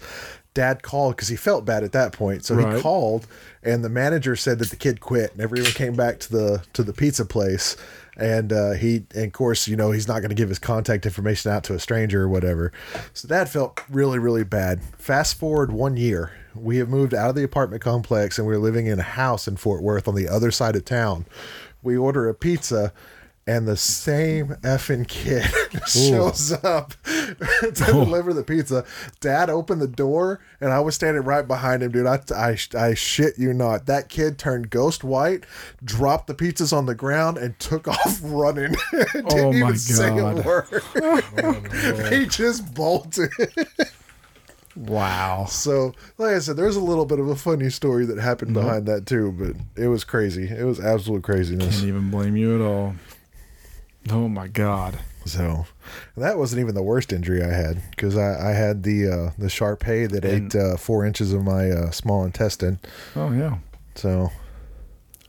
S4: dad called because he felt bad at that point so
S2: Right.
S4: he called and the manager said that the kid quit never even came back to the to the pizza place and uh, he and of course you know he's not going to give his contact information out to a stranger or whatever so that felt really really bad fast forward one year we have moved out of the apartment complex and we're living in a house in fort worth on the other side of town we order a pizza and the same effing kid shows up to deliver the pizza. Dad opened the door, and I was standing right behind him, dude. I, I, I shit you not. That kid turned ghost white, dropped the pizzas on the ground, and took off running. Didn't
S2: Oh my
S4: even say a
S2: God.
S4: word. he just bolted.
S2: Wow.
S4: So, like I said, there's a little bit of a funny story that happened
S2: Mm-hmm.
S4: behind that too, but it was crazy. It was absolute craziness.
S2: Can't even blame you at all. Oh my god.
S4: So that wasn't even the worst injury I had because I, I had the uh, the sharp hay that ate uh, four inches of my uh, small intestine.
S2: Oh yeah.
S4: So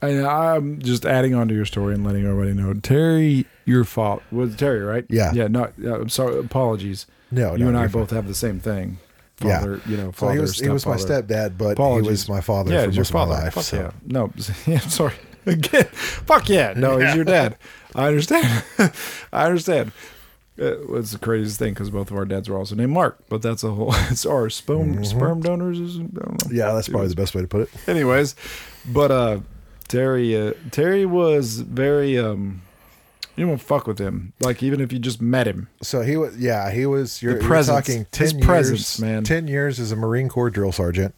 S2: And I'm just adding on to your story and letting everybody know. Terry, your fault was Terry, right?
S4: Yeah.
S2: Yeah. No, yeah, I'm sorry. Apologies.
S4: No,
S2: You
S4: no,
S2: and I
S4: you're
S2: both have the same thing.
S4: Yeah.
S2: Father, You know,
S4: so
S2: father.
S4: he was he was my
S2: stepfather.
S4: stepdad, but
S2: Apologies.
S4: he was my father
S2: Yeah,
S4: for
S2: he's
S4: most
S2: your
S4: of my
S2: father.
S4: life.
S2: Fuck
S4: so.
S2: yeah. No, yeah, I'm sorry. Again, fuck yeah. No, he's your dad. I understand. I understand. It was the craziest thing because both of our dads were also named Mark, but that's a whole. It's our sperm
S4: Mm-hmm.
S2: sperm donors. Is, I don't know.
S4: Yeah, that's probably the best way to put it.
S2: Anyways, but uh, Terry uh, Terry was very um, you don't fuck with him. Like even if you just met him,
S4: So he was, yeah, he was. You're,
S2: The
S4: you're
S2: presence.
S4: talking ten
S2: His
S4: years,
S2: presence, man.
S4: Ten years as a Marine Corps drill sergeant,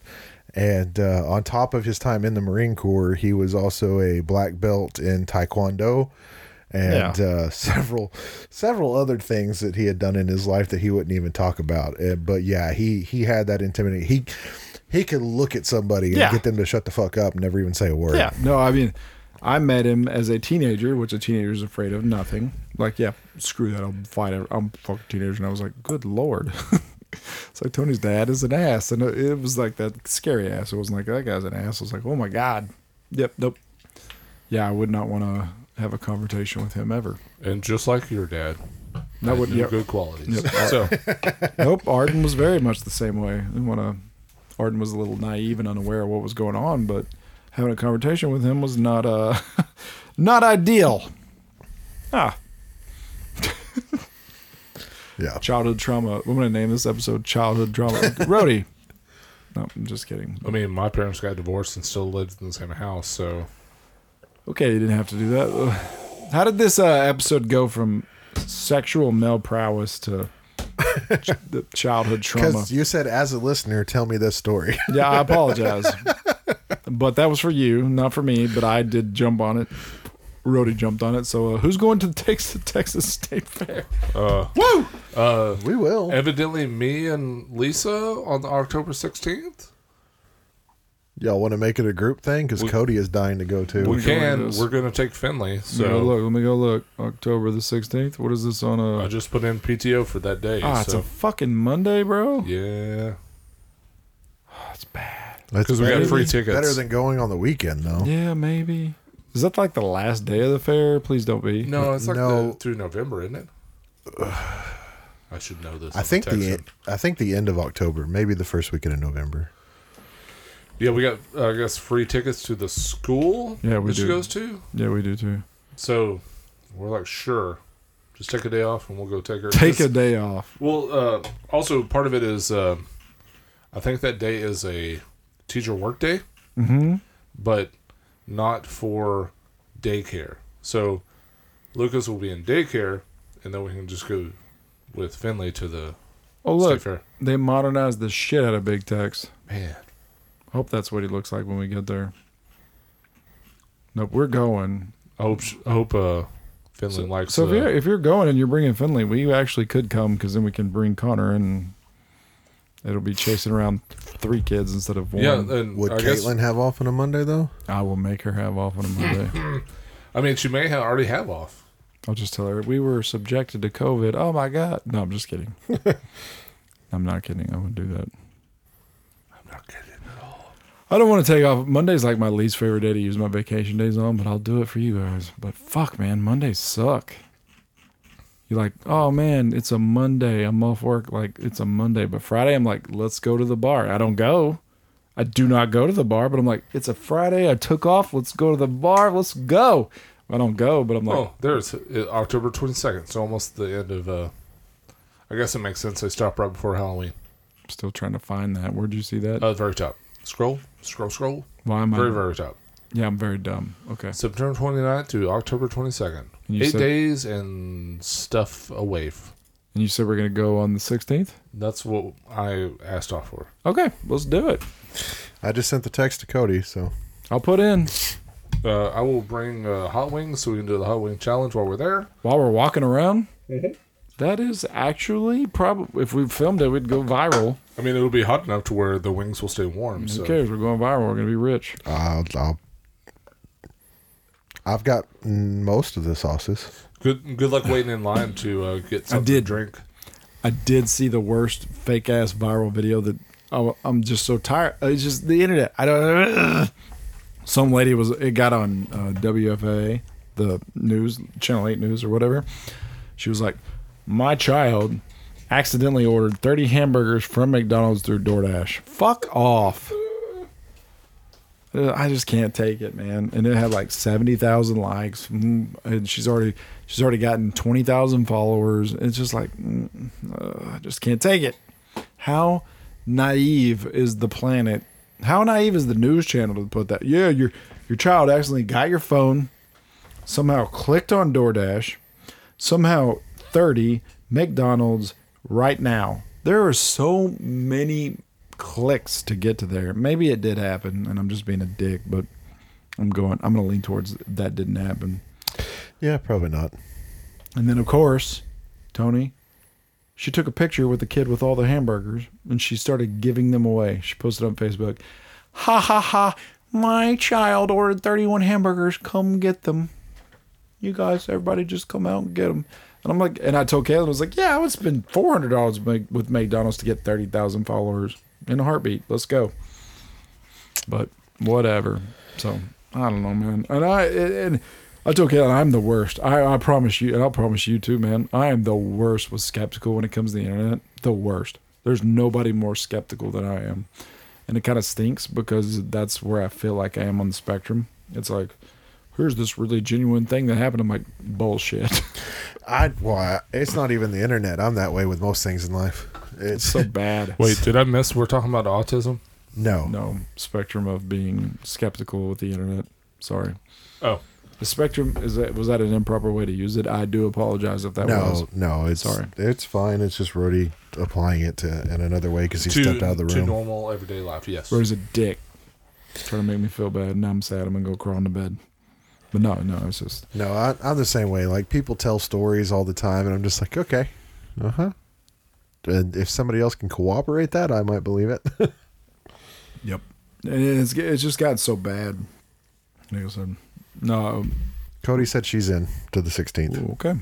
S4: and uh, on top of his time in the Marine Corps, he was also a black belt in Taekwondo, and
S2: Yeah.
S4: uh, several several other things that he had done in his life that he wouldn't even talk about. Uh, but yeah, he he had that intimidate. He he could look at somebody and
S2: Yeah.
S4: get them to shut the fuck up, and never even say a word.
S2: Yeah. No, I mean, I met him as a teenager, which a teenager's afraid of nothing. Like, yeah, screw that. I'm fine. I'm fucking teenagers. And I was like, good lord. it's like Tony's dad is an ass, and it it was like that scary ass. It wasn't like that guy's an ass. It was like, oh my god. Yep. Nope. Yeah, I would not want to have a conversation with him ever.
S3: And just like your dad,
S2: That would.
S3: no
S2: Yep.
S3: good qualities.
S2: Yep.
S3: So
S2: nope. Arden was very much the same way. Didn't want to. Arden was a little naive and unaware of what was going on, but having a conversation with him was not uh not ideal. Ah,
S4: Yeah.
S2: Childhood trauma. We're gonna name this episode "Childhood Drama." Rody. No, I'm just kidding.
S3: I mean, my parents got divorced and still lived in the same house, so
S2: Okay, you didn't have to do that. How did this uh, episode go from sexual male prowess to ch- the childhood trauma?
S4: Because you said, as a listener, tell me this story.
S2: Yeah, I apologize. but that was for you, not for me. But I did jump on it. Rody jumped on it. So uh, who's going to the Texas, Texas State Fair?
S4: we will.
S3: evidently me and Lisa on October 16th.
S4: Y'all want to make it a group thing? Because Cody is dying to go too.
S3: We
S2: join
S3: can.
S2: us.
S3: We're going to take Finley. So
S2: So look, let me go look. October the sixteenth. What is this on uh, a?
S3: I just put in PTO for that day.
S2: ah, it's
S3: so
S2: a fucking Monday, bro.
S3: yeah,
S2: That's bad.
S3: because we got free tickets.
S4: Better than going on the weekend, though.
S2: Yeah, maybe. Is that like the last day of the fair? Please don't be.
S3: no, it's like
S4: No.
S3: The, through November, isn't it? I should know this.
S4: I
S3: I'm a
S4: think the
S3: Texan.
S4: I think the end of October, maybe the first weekend of November.
S3: yeah we got uh, I guess free tickets to the school.
S2: Yeah, we
S3: that she
S2: do.
S3: goes to.
S2: Yeah, we do too.
S3: So we're like, sure, just take a day off and we'll go take her.
S2: Take
S3: This-
S2: a day off.
S3: Well, uh, also part of it is, uh, I think that day is a teacher work day, mm-hmm. but not for daycare. So Lucas will be in daycare, and then we can just go with Finley to the
S2: Oh
S3: state
S2: look,
S3: fair.
S2: they modernized the shit out of Big Tex.
S3: Man,
S2: Hope that's what he looks like when we get there. Nope, we're going.
S3: I hope sh- I hope uh, Finley likes.
S2: So
S3: uh,
S2: if
S3: the-
S2: you're if you're going and you're bringing Finley, we actually could come because then we can bring Connor and it'll be chasing around three kids instead of one.
S3: yeah, and
S4: Would
S3: I guess
S4: Caitlin have off on a Monday though?
S2: I will make her have off on a Monday.
S3: I mean she may have already have off.
S2: I'll just tell her we were subjected to COVID. Oh my god! No, I'm just kidding. I'm not kidding. I wouldn't do that.
S3: I'm not kidding.
S2: I don't want to take off. Monday's like my least favorite day to use my vacation days on, but I'll do it for you guys. But fuck, man, Mondays suck. You're like, oh man, it's a Monday. I'm off work. Like, it's a Monday. But Friday, I'm like, let's go to the bar. I don't go. I do not go to the bar, but I'm like, it's a Friday. I took off. Let's go to the bar. Let's go. I don't go, but I'm like,
S3: Oh, there's uh, October 22nd. So almost the end of. Uh, I guess it makes sense. They stop right before Halloween.
S2: still trying to find that. Where'd you see that?
S3: Uh, very top. Scroll, scroll, scroll.
S2: Why am I?
S3: Very, very top.
S2: Yeah, I'm very dumb. Okay.
S3: September 29th to October 22nd.
S2: you
S3: Eight
S2: said-
S3: days and stuff away. f-
S2: And you said we're gonna go on the 16th.
S3: That's what I asked off for.
S2: Okay, let's do it.
S4: I just sent the text to Cody, so
S2: I'll put in.
S3: Uh, I will bring uh, hot wings so we can do the hot wing challenge while we're there.
S2: while we're walking around.
S3: Mm-hmm.
S2: That is actually probably if we filmed it, we'd go viral.
S3: I mean, it'll be hot enough to where the wings will stay warm.
S2: Who
S3: So
S2: cares? We're going viral. We're gonna be rich.
S4: I'll, I'll I've got mm, most of the sauces.
S3: good, good luck waiting in line to uh, get something
S2: did.
S3: to drink.
S2: I did see the worst fake ass viral video that I, I'm just so tired. Uh, It's just the internet. I don't. Some lady was. It got on uh, WFA, the news channel eight news or whatever. She was like, "My child accidentally ordered 30 hamburgers from McDonald's through DoorDash. Fuck off." Uh, I just can't take it, man. And it had like seventy thousand likes, mm, and she's already she's already gotten twenty thousand followers. It's just like mm, uh, I just can't take it. How naive is the planet? How naive is the news channel to put that? Yeah, your your child accidentally got your phone, somehow clicked on DoorDash, somehow thirty McDonald's right now. There are so many clicks to get to there. Maybe it did happen, and I'm just being a dick, but I'm going. I'm going to lean towards that didn't happen.
S4: Yeah, probably not.
S2: And then, of course, Tony, she took a picture with the kid with all the hamburgers and she started giving them away. She posted on Facebook, ha ha ha, my child ordered 31 hamburgers. Come get them. You guys, everybody just come out and get them. And I'm like, and I told Caleb, I was like, yeah, I would spend $400 ma- with McDonald's to get 30,000 followers in a heartbeat. Let's go. But whatever. So I don't know, man. And I, and I told Caleb, I'm the worst. I, I promise you, and I'll promise you too, man. I am the worst with skeptical when it comes to the internet. The worst. There's nobody more skeptical than I am. And it kind of stinks because that's where I feel like I am on the spectrum. It's like, here's this really genuine thing that happened. I'm like, bullshit.
S4: I well, I, it's not even the internet. I'm that way with most things in life. It's
S2: So bad.
S3: Wait, did I miss? We're talking about autism.
S4: no,
S2: No spectrum of being skeptical with the internet. Sorry.
S3: Oh,
S2: The spectrum is that was that an improper way to use it? I do apologize if that was.
S4: no, no. It's
S2: Sorry.
S4: It's fine. It's just Rody applying it to in another way because he
S3: to,
S4: stepped out of the
S3: to
S4: room.
S3: normal everyday life. Yes.
S2: Brody's a dick. Trying to make me feel bad. Now I'm sad. I'm gonna go crawl into bed. But no, no, it's just
S4: No, I, I'm the same way. Like people tell stories all the time, and I'm just like, okay, uh huh. And if somebody else can cooperate that, I might believe it.
S2: Yep. And it's it's just gotten so bad. Like I said, no.
S4: Cody said she's in to the 16th.
S2: Okay.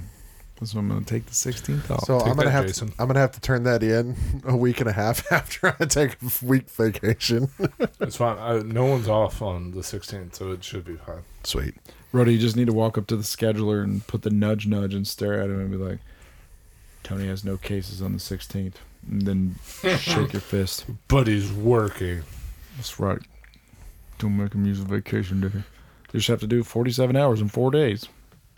S2: That's what I'm gonna take the 16th off.
S4: So
S3: take
S4: I'm gonna
S3: that,
S4: have
S3: Jason.
S4: to, I'm gonna have to turn that in a week and a half after I take a week vacation.
S3: It's fine. I, no one's off on the 16th, so it should be fine.
S4: Sweet.
S2: Rody, you just need to walk up to the scheduler and put the nudge nudge and stare at him and be like, Tony has no cases on the 16th. And then shake your fist.
S3: But he's working.
S2: That's right. Don't make him use a vacation day. You just have to do 47 hours in four days.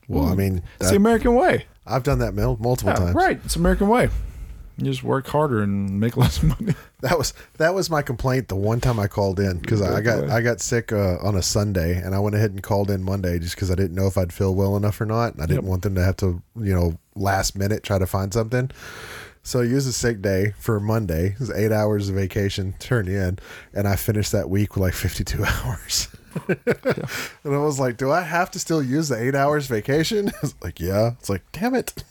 S4: Well, I mean,
S2: It's
S4: that-
S2: the American way.
S4: I've done that mil- multiple
S2: Yeah,
S4: times.
S2: right. It's American way. You just work harder and make less money.
S4: That was that was my complaint. The one time I called in because I, I got I got sick uh, on a Sunday and I went ahead and called in Monday just because I didn't know if I'd feel well enough or not. And I didn't want them to have to you know last minute try to find something. So I used a sick day for Monday. It was eight hours of vacation turned in, and I finished that week with like fifty two hours. And I was like, "Do I have to still use the eight hours vacation?" It's like, "Yeah." It's like, "Damn it!"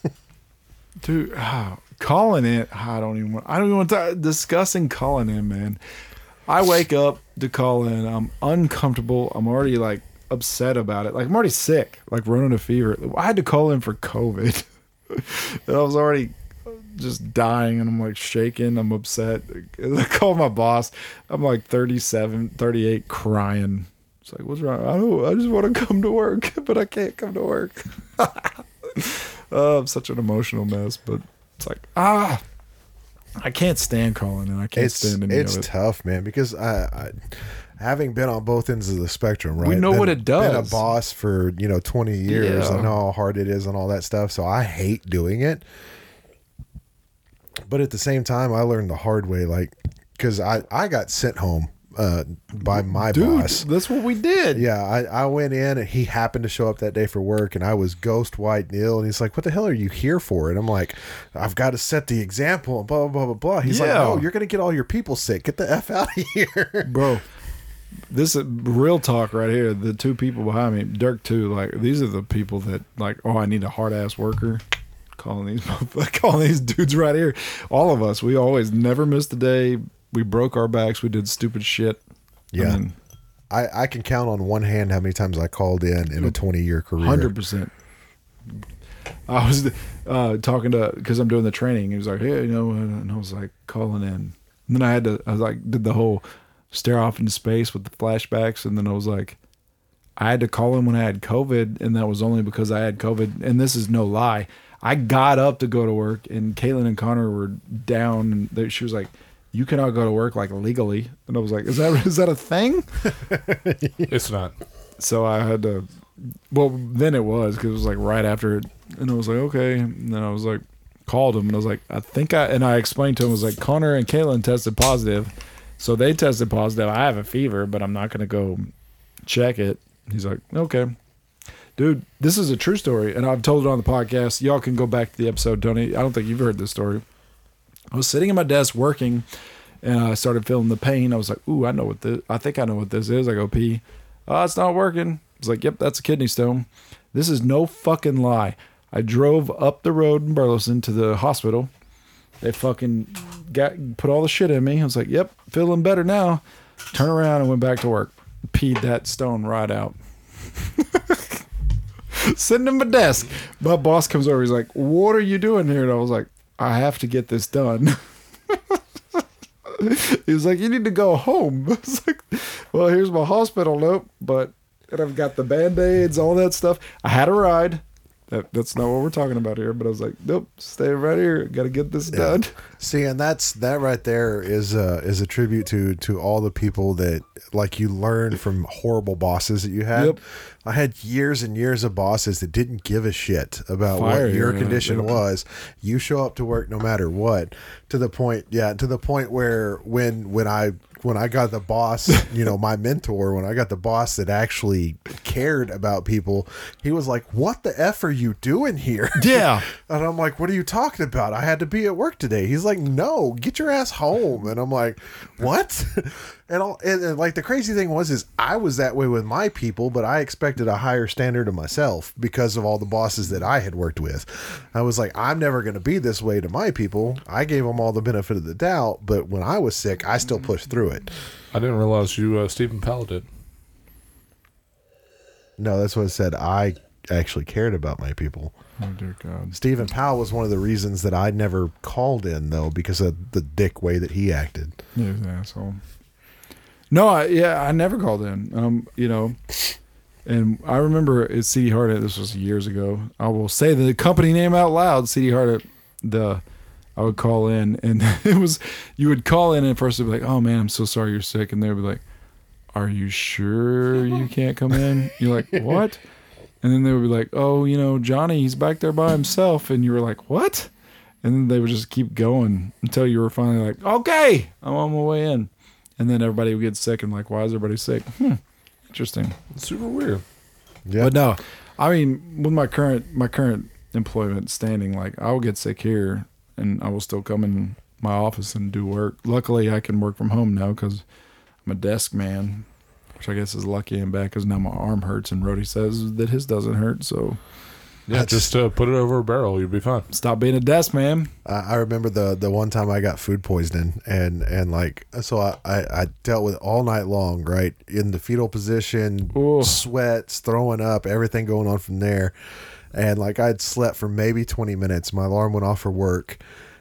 S2: Dude, ah, calling it. I don't even. Want, I don't even want to discussing calling in, man. I wake up to call in. I'm uncomfortable. I'm already like upset about it. Like I'm already sick. Like running a fever. I had to call in for COVID. and I was already just dying and I'm like shaking. I'm upset. I called my boss. I'm like 37, 38, crying. It's like, what's wrong? I don't. I just want to come to work, but I can't come to work. Oh, I'm such an emotional mess, but it's like ah, I can't stand calling and I can't
S4: it's
S2: stand any
S4: it's
S2: of it.
S4: tough, man, because I, I having been on both ends of the spectrum, right?
S2: know
S4: Been-
S2: what it
S4: Been a
S2: does.
S4: boss for you know twenty years.
S2: Yeah.
S4: I know how hard it is and all that stuff. So I hate doing it. But at the same time, I learned the hard way, like because I I got sent home uh, by my
S2: Dude,
S4: boss.
S2: that's what we did.
S4: Yeah, I, I went in and he happened to show up that day for work and I was ghost white nil and he's like, What the hell are you here for? And I'm like, I've got to set the example and blah blah blah blah blah. He's like,
S2: Yeah.
S4: No, you're gonna get all your people sick. Get the F out of here.
S2: bro. This is real talk right here. The two people behind me, Dirk too. Like these are the people that like. Oh, I need a hard ass worker. Calling these, motherfuck- calling these dudes right here. All of us. We always never missed a day. We broke our backs. We did stupid shit. I
S4: Yeah.
S2: mean,
S4: I, I can count on one hand how many times I called in in a twenty year career.
S2: Mm. Hundred percent. I was uh, talking to because I'm doing the training. He was like, "Hey, you know," and I was like calling in. And then I had to. I was like, did the whole stare off into space with the flashbacks, and then I was like, I had to call in when I had COVID, and that was only because I had COVID. And this is no lie. I got up to go to work, and Caitlin and Connor were down. And they, she was like, "You cannot go to work like legally," and I was like, "Is that is that a thing?"
S3: It's not.
S2: so I had to. Well, then it was because it was like right after it, and I was like, okay. And then I was like, called him, and I was like, I think I. And I explained to him, I was like, Connor and Caitlin tested positive, so they tested positive. I have a fever, but I'm not gonna go check it. He's like, okay, dude, this is a true story, and I've told it on the podcast. Y'all can go back to the episode, Tony. I don't think you've heard this story. I was sitting at my desk working, and I started feeling the pain. I was like, "Ooh, I know what this. I think I know what this is." I go pee. Oh, it's not working. I was like, "Yep, that's a kidney stone." This is no fucking lie. I drove up the road in Burleson to the hospital. They fucking got put all the shit in me. I was like, "Yep, feeling better now." Turn around and went back to work. Peed that stone right out. Sitting in my desk. My boss comes over. He's like, "What are you doing here?" And I was like, "I have to get this done." He was like, "You need to go home." I was like, "Well, here's my hospital note, but and I've got the band aids, all that stuff. I had a ride. That, that's not what we're talking about here." But I was like, "Nope, stay right here. Got to get this done."
S4: See, and that's that right there is a is a tribute to to all the people that like you learn from horrible bosses that you had.
S2: Yep.
S4: I had years and years of bosses that didn't give a shit about
S2: Fire
S4: what your
S2: you,
S4: condition
S2: yeah.
S4: was. You show up to work no matter what. To the point, yeah, to the point where when when I when I got the boss, you know, my mentor, when I got the boss that actually cared about people, he was like, "What the f are you doing here?"
S2: Yeah.
S4: And I'm like, what are you talking about? I had to be at work today. He's like, no, get your ass home. And I'm like, what? and, all, and, and like the crazy thing was, is I was that way with my people, but I expected a higher standard of myself because of all the bosses that I had worked with. I was like, I'm never going to be this way to my people. I gave them all the benefit of the doubt, but when I was sick, I still pushed through it.
S3: I didn't realize you uh, Stephen Powell did.
S4: No, that's what I said. I actually cared about my people.
S2: Oh dear God.
S4: Stephen Powell was one of the reasons that I never called in though because of the dick way that he acted.
S2: Yeah, he's an asshole. No, I, yeah, I never called in. Um, you know, and I remember at CD Hard Hat. This was years ago. I will say the company name out loud. CD Hard Hat. The I would call in, and it was you would call in, and first they'd be like, "Oh man, I'm so sorry you're sick," and they'd be like, "Are you sure you can't come in?" You're like, "What?" And then they would be like, "Oh, you know, Johnny, he's back there by himself," and you were like, "What?" And then they would just keep going until you were finally like, okay, I'm on my way in. And then everybody would get sick and like, why is everybody sick? Hmm, interesting.
S3: It's super weird.
S4: Yeah.
S2: But no, I mean, with my current my current employment standing, like I will get sick here, and I will still come in my office and do work. Luckily, I can work from home now because I'm a desk man, which I guess is lucky and bad because now my arm hurts, and Rody says that his doesn't hurt. So
S3: Yeah, just uh, put it over a barrel. You'll be fine.
S2: stop being a desk man.
S4: I I remember the the one time I got food poisoning and and like so I I, I dealt with it all night long right in the fetal position,
S2: Ooh.
S4: sweats, throwing up, everything going on from there, and like I'd slept for maybe twenty minutes. My alarm went off for work,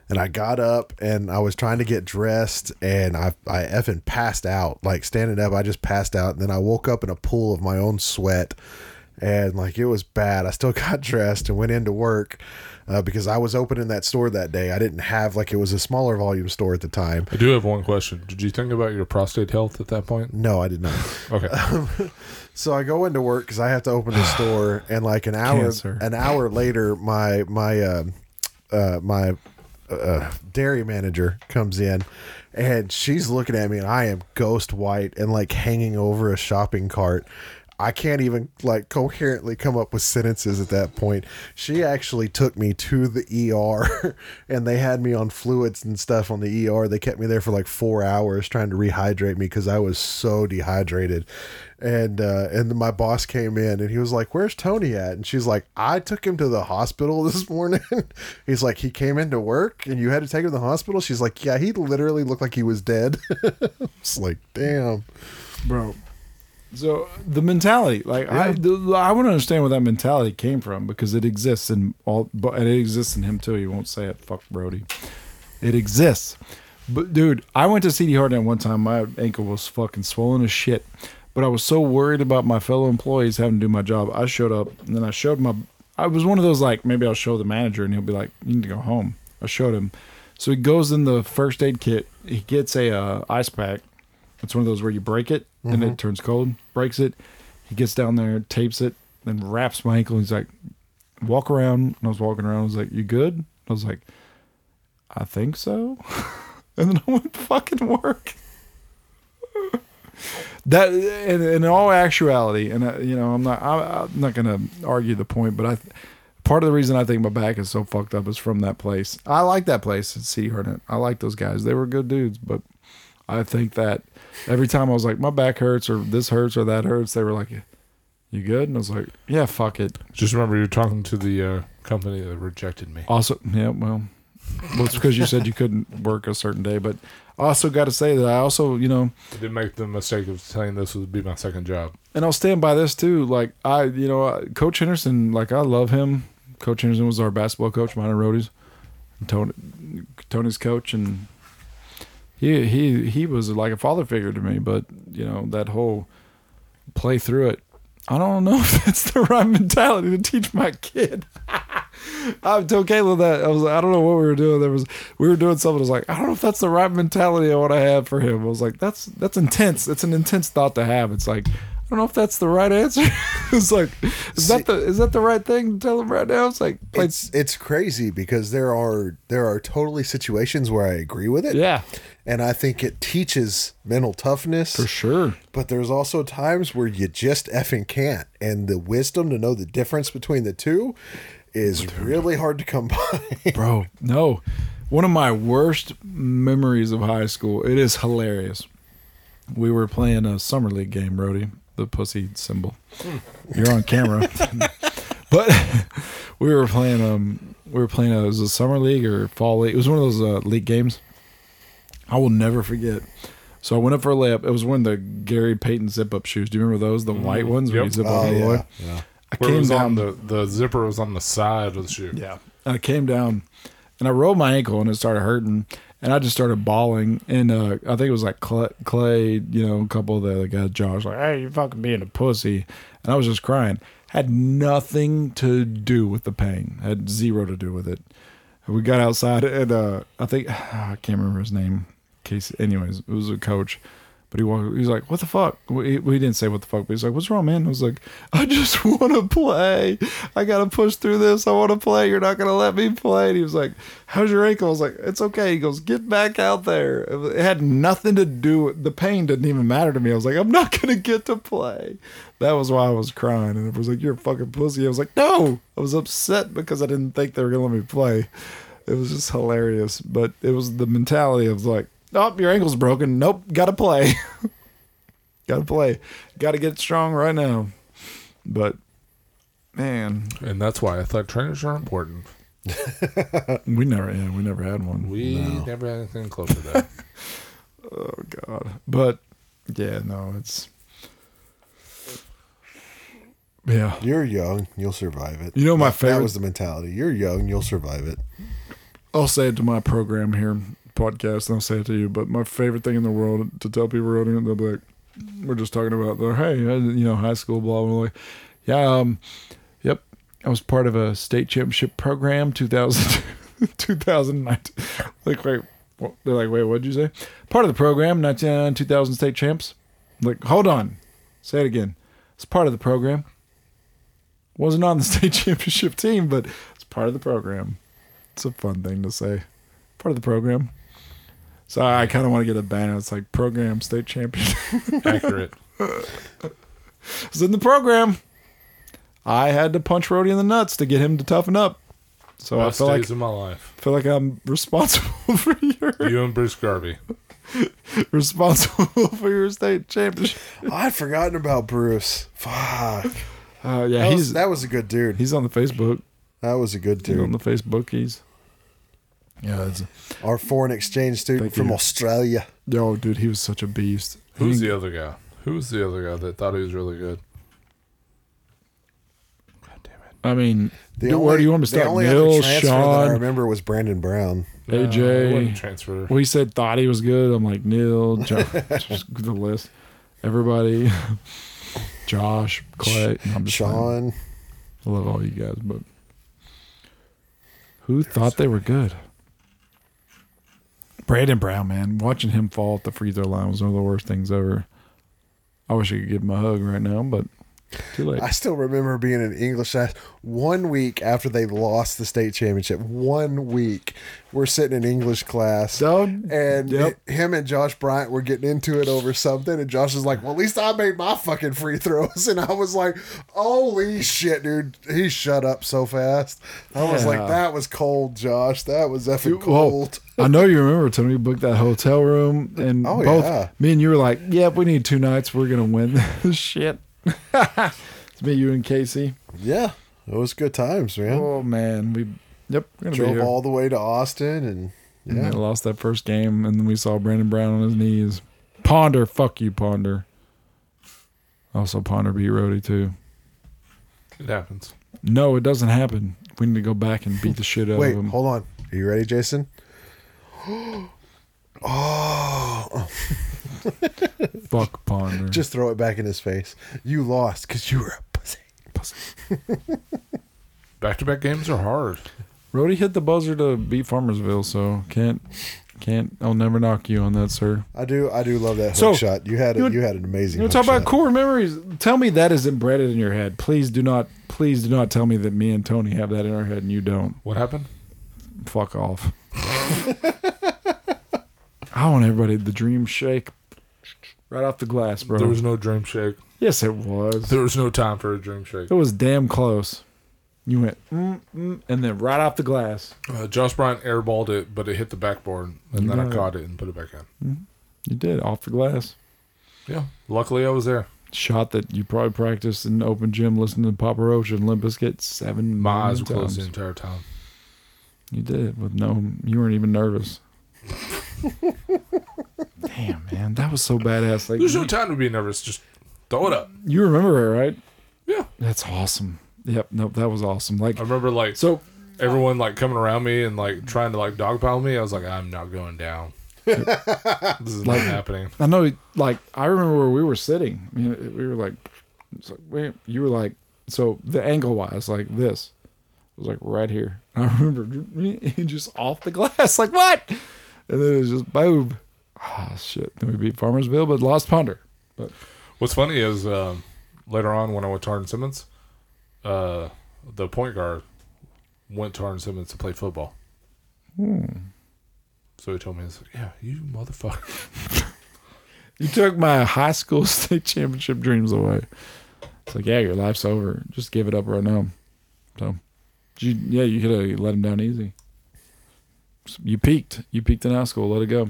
S4: and I got up and I was trying to get dressed and I I effing passed out like standing up. I just passed out and then I woke up in a pool of my own sweat and like it was bad. I still got dressed and went into work uh, because I was opening that store that day. I didn't have like it was a smaller volume store at the time.
S3: I do have one question. Did you think about your prostate health at that point?
S4: No, I did not.
S3: Okay.
S4: So I go into work because I have to open the store, and like an hour
S2: Cancer.
S4: an hour later, my my um uh, my uh, dairy manager comes in, and she's looking at me, and I am ghost white and like hanging over a shopping cart. I can't even like coherently come up with sentences at that point. She actually took me to the ER and they had me on fluids and stuff on the ER. They kept me there for like four hours trying to rehydrate me because I was so dehydrated and uh, and then my boss came in and he was like, "Where's Tony at?" And she's like, "I took him to the hospital this morning." He's like, "He came into work and you had to take him to the hospital." She's like, "Yeah, he literally looked like he was dead." it's like, damn.
S2: bro. So the mentality, like I, the, I want to understand where that mentality came from because it exists in all, but and it exists in him too. You won't say it, fuck Brody. It exists, but dude, I went to CD Hardnet one time. My ankle was fucking swollen as shit, but I was so worried about my fellow employees having to do my job. I showed up and then I showed my. I was one of those like maybe I'll show the manager and he'll be like, you need to go home. I showed him, so he goes in the first aid kit. He gets a uh, ice pack. It's one of those where you break it and it turns cold, breaks it. He gets down there, tapes it, then wraps my ankle. He's like, walk around. And I was walking around. I was like, you good? I was like, I think so. and then I went to fucking work. that and in all actuality, and uh, you know, I'm not, I, I'm not gonna argue the point, but I, part of the reason I think my back is so fucked up is from that place. I like that place at City Hornet. I like those guys. They were good dudes, but I think that every time I was like, my back hurts or this hurts or that hurts, they were like, you good? And I was like, yeah, fuck it.
S3: just remember you're talking to the uh, company that rejected me.
S2: Also, yeah, well, well, it's because you said you couldn't work a certain day, but I also got to say that I also, you know,
S3: I did make the mistake of saying this would be my second job.
S2: and I'll stand by this too. Like I, you know, I- Coach Henderson, like I love him. Coach Henderson was our basketball coach, mine and Rhodey's, and Tony, Tony's coach, and he he he was like a father figure to me. But you know that whole play through it. I don't know if that's the right mentality to teach my kid. I told Caleb that I was like, I don't know what we were doing. There was we were doing something. I was like, I don't know if that's the right mentality I want to have for him. I was like, that's that's intense. It's an intense thought to have. It's like don't know if that's the right answer. it's like, is that the is that the right thing to tell him right now? It's like, like
S4: It's it's crazy because there are there are totally situations where I agree with it.
S2: yeah,
S4: And I think it teaches mental toughness.
S2: for sure.
S4: But there's also times where you just effing can't. And the wisdom to know the difference between the two is really hard to come by.
S2: bro no one of my worst memories of high school it is hilarious we were playing a summer league game Rody, the pussy symbol
S3: Hmm.
S2: you're on camera but we were playing um we were playing a, it was a summer league or fall league it was one of those uh, league games i will never forget so I went up for a layup. It was one of the Gary Payton zip-up shoes. Do you remember those? The white ones where you
S3: Mm-hmm.
S2: zip
S3: Yep. Oh,
S2: up all the
S4: yeah,
S2: way. I
S3: Where it
S2: came
S3: was on
S2: down
S3: the, the zipper was on the side of the shoe.
S2: yeah. And I came down and I rolled my ankle and it started hurting. And I just started bawling. And uh, I think it was like Clay, Clay, you know, a couple of the other guys, Josh, like, hey, you're fucking being a pussy. And I was just crying. Had nothing to do with the pain, had zero to do with it. We got outside and uh, I think, I can't remember his name. Casey, anyways, it was a coach. But he walked, he was like, What the fuck? We, we didn't say what the fuck, but he's like, What's wrong, man? I was like, I just want to play. I got to push through this. I want to play. You're not going to let me play. And he was like, How's your ankle? I was like, It's okay. He goes, Get back out there. It was- it had nothing to do with the pain, didn't even matter to me. I was like, I'm not going to get to play. That was why I was crying. And it was like, You're a fucking pussy. I was like, No. I was upset because I didn't think they were going to let me play. It was just hilarious. But it was the mentality of like, oh, your ankle's broken. Nope, gotta play. gotta play. Gotta get strong right now. But man,
S3: And that's why I thought trainers are important.
S2: we never yeah, we never had one.
S3: We never had anything close to that.
S2: oh god. But yeah, no, it's Yeah.
S4: You're young, you'll survive it.
S2: You know my
S4: That-
S2: favorite-
S4: That was the mentality. You're young, you'll survive it.
S2: I'll say it to my program here, podcast, and I'll say it to you. But my favorite thing in the world to tell people around here, they'll be like, "We're just talking about the hey, I- you know, high school, blah blah." blah. Like, yeah, um, yep. I was part of a state championship program, 2000, 2019. Like, wait, what? they're like, wait, what'd you say? Part of the program, 1999, 2000 state champs. Like, hold on, say it again. It's part of the program. Wasn't on the state championship team, but it's part of the program. It's a fun thing to say. Part of the program. So I kind of want to get a banner. It's like program state champion.
S3: Accurate.
S2: it's in the program. I had to punch Rody in the nuts to get him to toughen up. So
S3: Best
S2: I feel
S3: days
S2: like
S3: of my life.
S2: feel like I'm responsible for your
S3: You and Bruce Garvey.
S2: responsible for your state championship.
S4: I'd forgotten about Bruce. Fuck.
S2: Uh, yeah,
S4: That was,
S2: he's
S4: Oh, that was a good dude.
S2: he's on the Facebook.
S4: That was a good
S2: He's on
S4: dude.
S2: the Facebook. He's yeah. That's,
S4: Our foreign exchange student
S2: Mm-hmm. Thank
S4: from
S2: you.
S4: Australia.
S2: yo, dude, he was such a beast.
S3: Who's
S2: He-
S3: the other guy? Who's the other guy that thought he was really good? God damn it.
S2: I mean,
S4: The
S2: dude, where do you want me to
S4: the
S2: start?
S4: only
S2: Mill,
S4: other transfer that I
S2: Sean,
S4: remember was Brandon Brown.
S2: AJ.
S3: it wasn't Uh, transfer.
S2: we said thought he was good. I'm like Neil, Josh, just the list, everybody, Josh, Clay. No, I'm just playing.
S4: Sean.
S2: I love all you guys, but who thought they were good? Brandon Brown, man, watching him fall at the free throw line was one of the worst things ever. I wish I could give him a hug right now, but too late.
S4: I still remember being in English class one week after they lost the state championship. One week, we're sitting in English class,
S2: Done.
S4: and
S2: Yep.
S4: it- him and Josh Bryant were getting into it over something, and Josh is like, "Well, at least I made my fucking free throws," and I was like, "Holy shit, dude! He shut up so fast." I was like,
S2: Yeah.
S4: "That was cold, Josh. That was effing
S2: Well,
S4: cold."
S2: I know you remember Tony you booked that hotel room and
S4: Oh,
S2: both
S4: yeah.
S2: me and you were like, Yep, we need two nights, we're gonna win this shit. it's me, you and Casey.
S4: Yeah, it was good times, man.
S2: Oh man, we Yep, we're gonna be
S4: Drove
S2: here.
S4: all the way to Austin, and
S2: And they lost that first game and then we saw Brandon Brown on his knees. Ponder, fuck you, Ponder. Also Ponder beat Rody too.
S3: It happens.
S2: No, it doesn't happen. We need to go back and beat the shit out
S4: Wait, um,
S2: of him.
S4: hold on. Are you ready, Jason?
S2: Fuck Ponder.
S4: Oh, Just throw it back in his face. You lost because you were a pussy.
S3: Back to back games are hard.
S2: Rody hit the buzzer to beat Farmersville, so can't Can't. I'll never knock you on that, sir.
S4: I do. I do love that hook
S2: So,
S4: shot. You had a,
S2: you
S4: you,
S2: would-
S4: had an amazing.
S2: You know, talk
S4: hook
S2: about
S4: shot.
S2: core memories. Tell me that isn't embedded in your head. Please do not. Please do not tell me that me and Tony have that in our head and you don't.
S3: What happened?
S2: Fuck off. I want everybody the dream shake right off the glass, bro.
S3: There was no dream shake.
S2: yes, it was.
S3: There was no time for a dream shake.
S2: It was damn close. You went mm, mm, and then right off the glass.
S3: Uh, Josh Bryant airballed it, but it hit the backboard, and then I caught it and put it back in.
S2: You did off the glass.
S3: Yeah. Luckily, I was there.
S2: Shot that you probably practiced in open gym, listening to Papa Roach and Limp Bizkit seven
S3: My eyes
S2: million
S3: were closed the
S2: times.
S3: entire time.
S2: You did with no. You weren't even nervous. Damn, man, that was so badass. Like
S3: There's no
S2: you,
S3: time to be nervous. Just throw it up.
S2: you remember it, right?
S3: Yeah.
S2: That's awesome. Yep. Nope. That was awesome. Like
S3: I remember like
S2: so.
S3: everyone like coming around me and like trying to like dogpile me. I was like, I'm not going down. this is not happening.
S2: I know. Like I remember where we were sitting. I mean, we were like, it's like wait, you were like so the angle wise like this. It was like right here. I remember just off the glass. Like what? And then it was just boom. Ah shit. Then we beat Farmersville, but lost Ponder. But
S3: What's funny is um, later on when I went to Arden Simmons, uh, the point guard went to Arden Simmons to play football. Hmm. So he told me, he's like, "Yeah, you motherfucker."
S2: You took my high school state championship dreams away. It's like, yeah, your life's over. Just give it up right now. So, you, yeah, you could have let him down easy. S- You peaked. You peaked in high school. Let it go.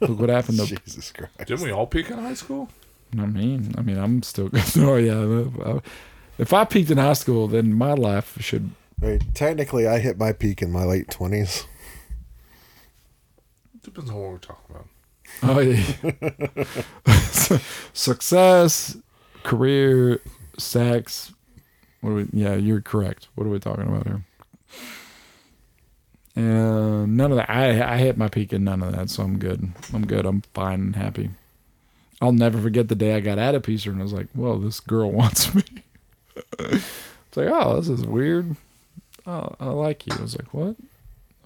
S2: Look what happened. To,
S4: Jesus Christ.
S3: Didn't we all peak in high school?
S2: I mean, I mean, I'm still. Oh yeah. I- If I peaked in high school, then my life should.
S4: Wait, technically, I hit my peak in my late twenties.
S3: Depends on what we're talking about.
S2: Oh yeah. Su- Success, career, sex. What are we? Yeah, you're correct. What are we talking about here? And none of that. I I hit my peak in none of that, so I'm good. I'm good. I'm fine and happy. I'll never forget the day I got out of Peacer and I was like, "Well, this girl wants me." it's like, "Oh, this is weird." Oh, I like you. I was like, "What?"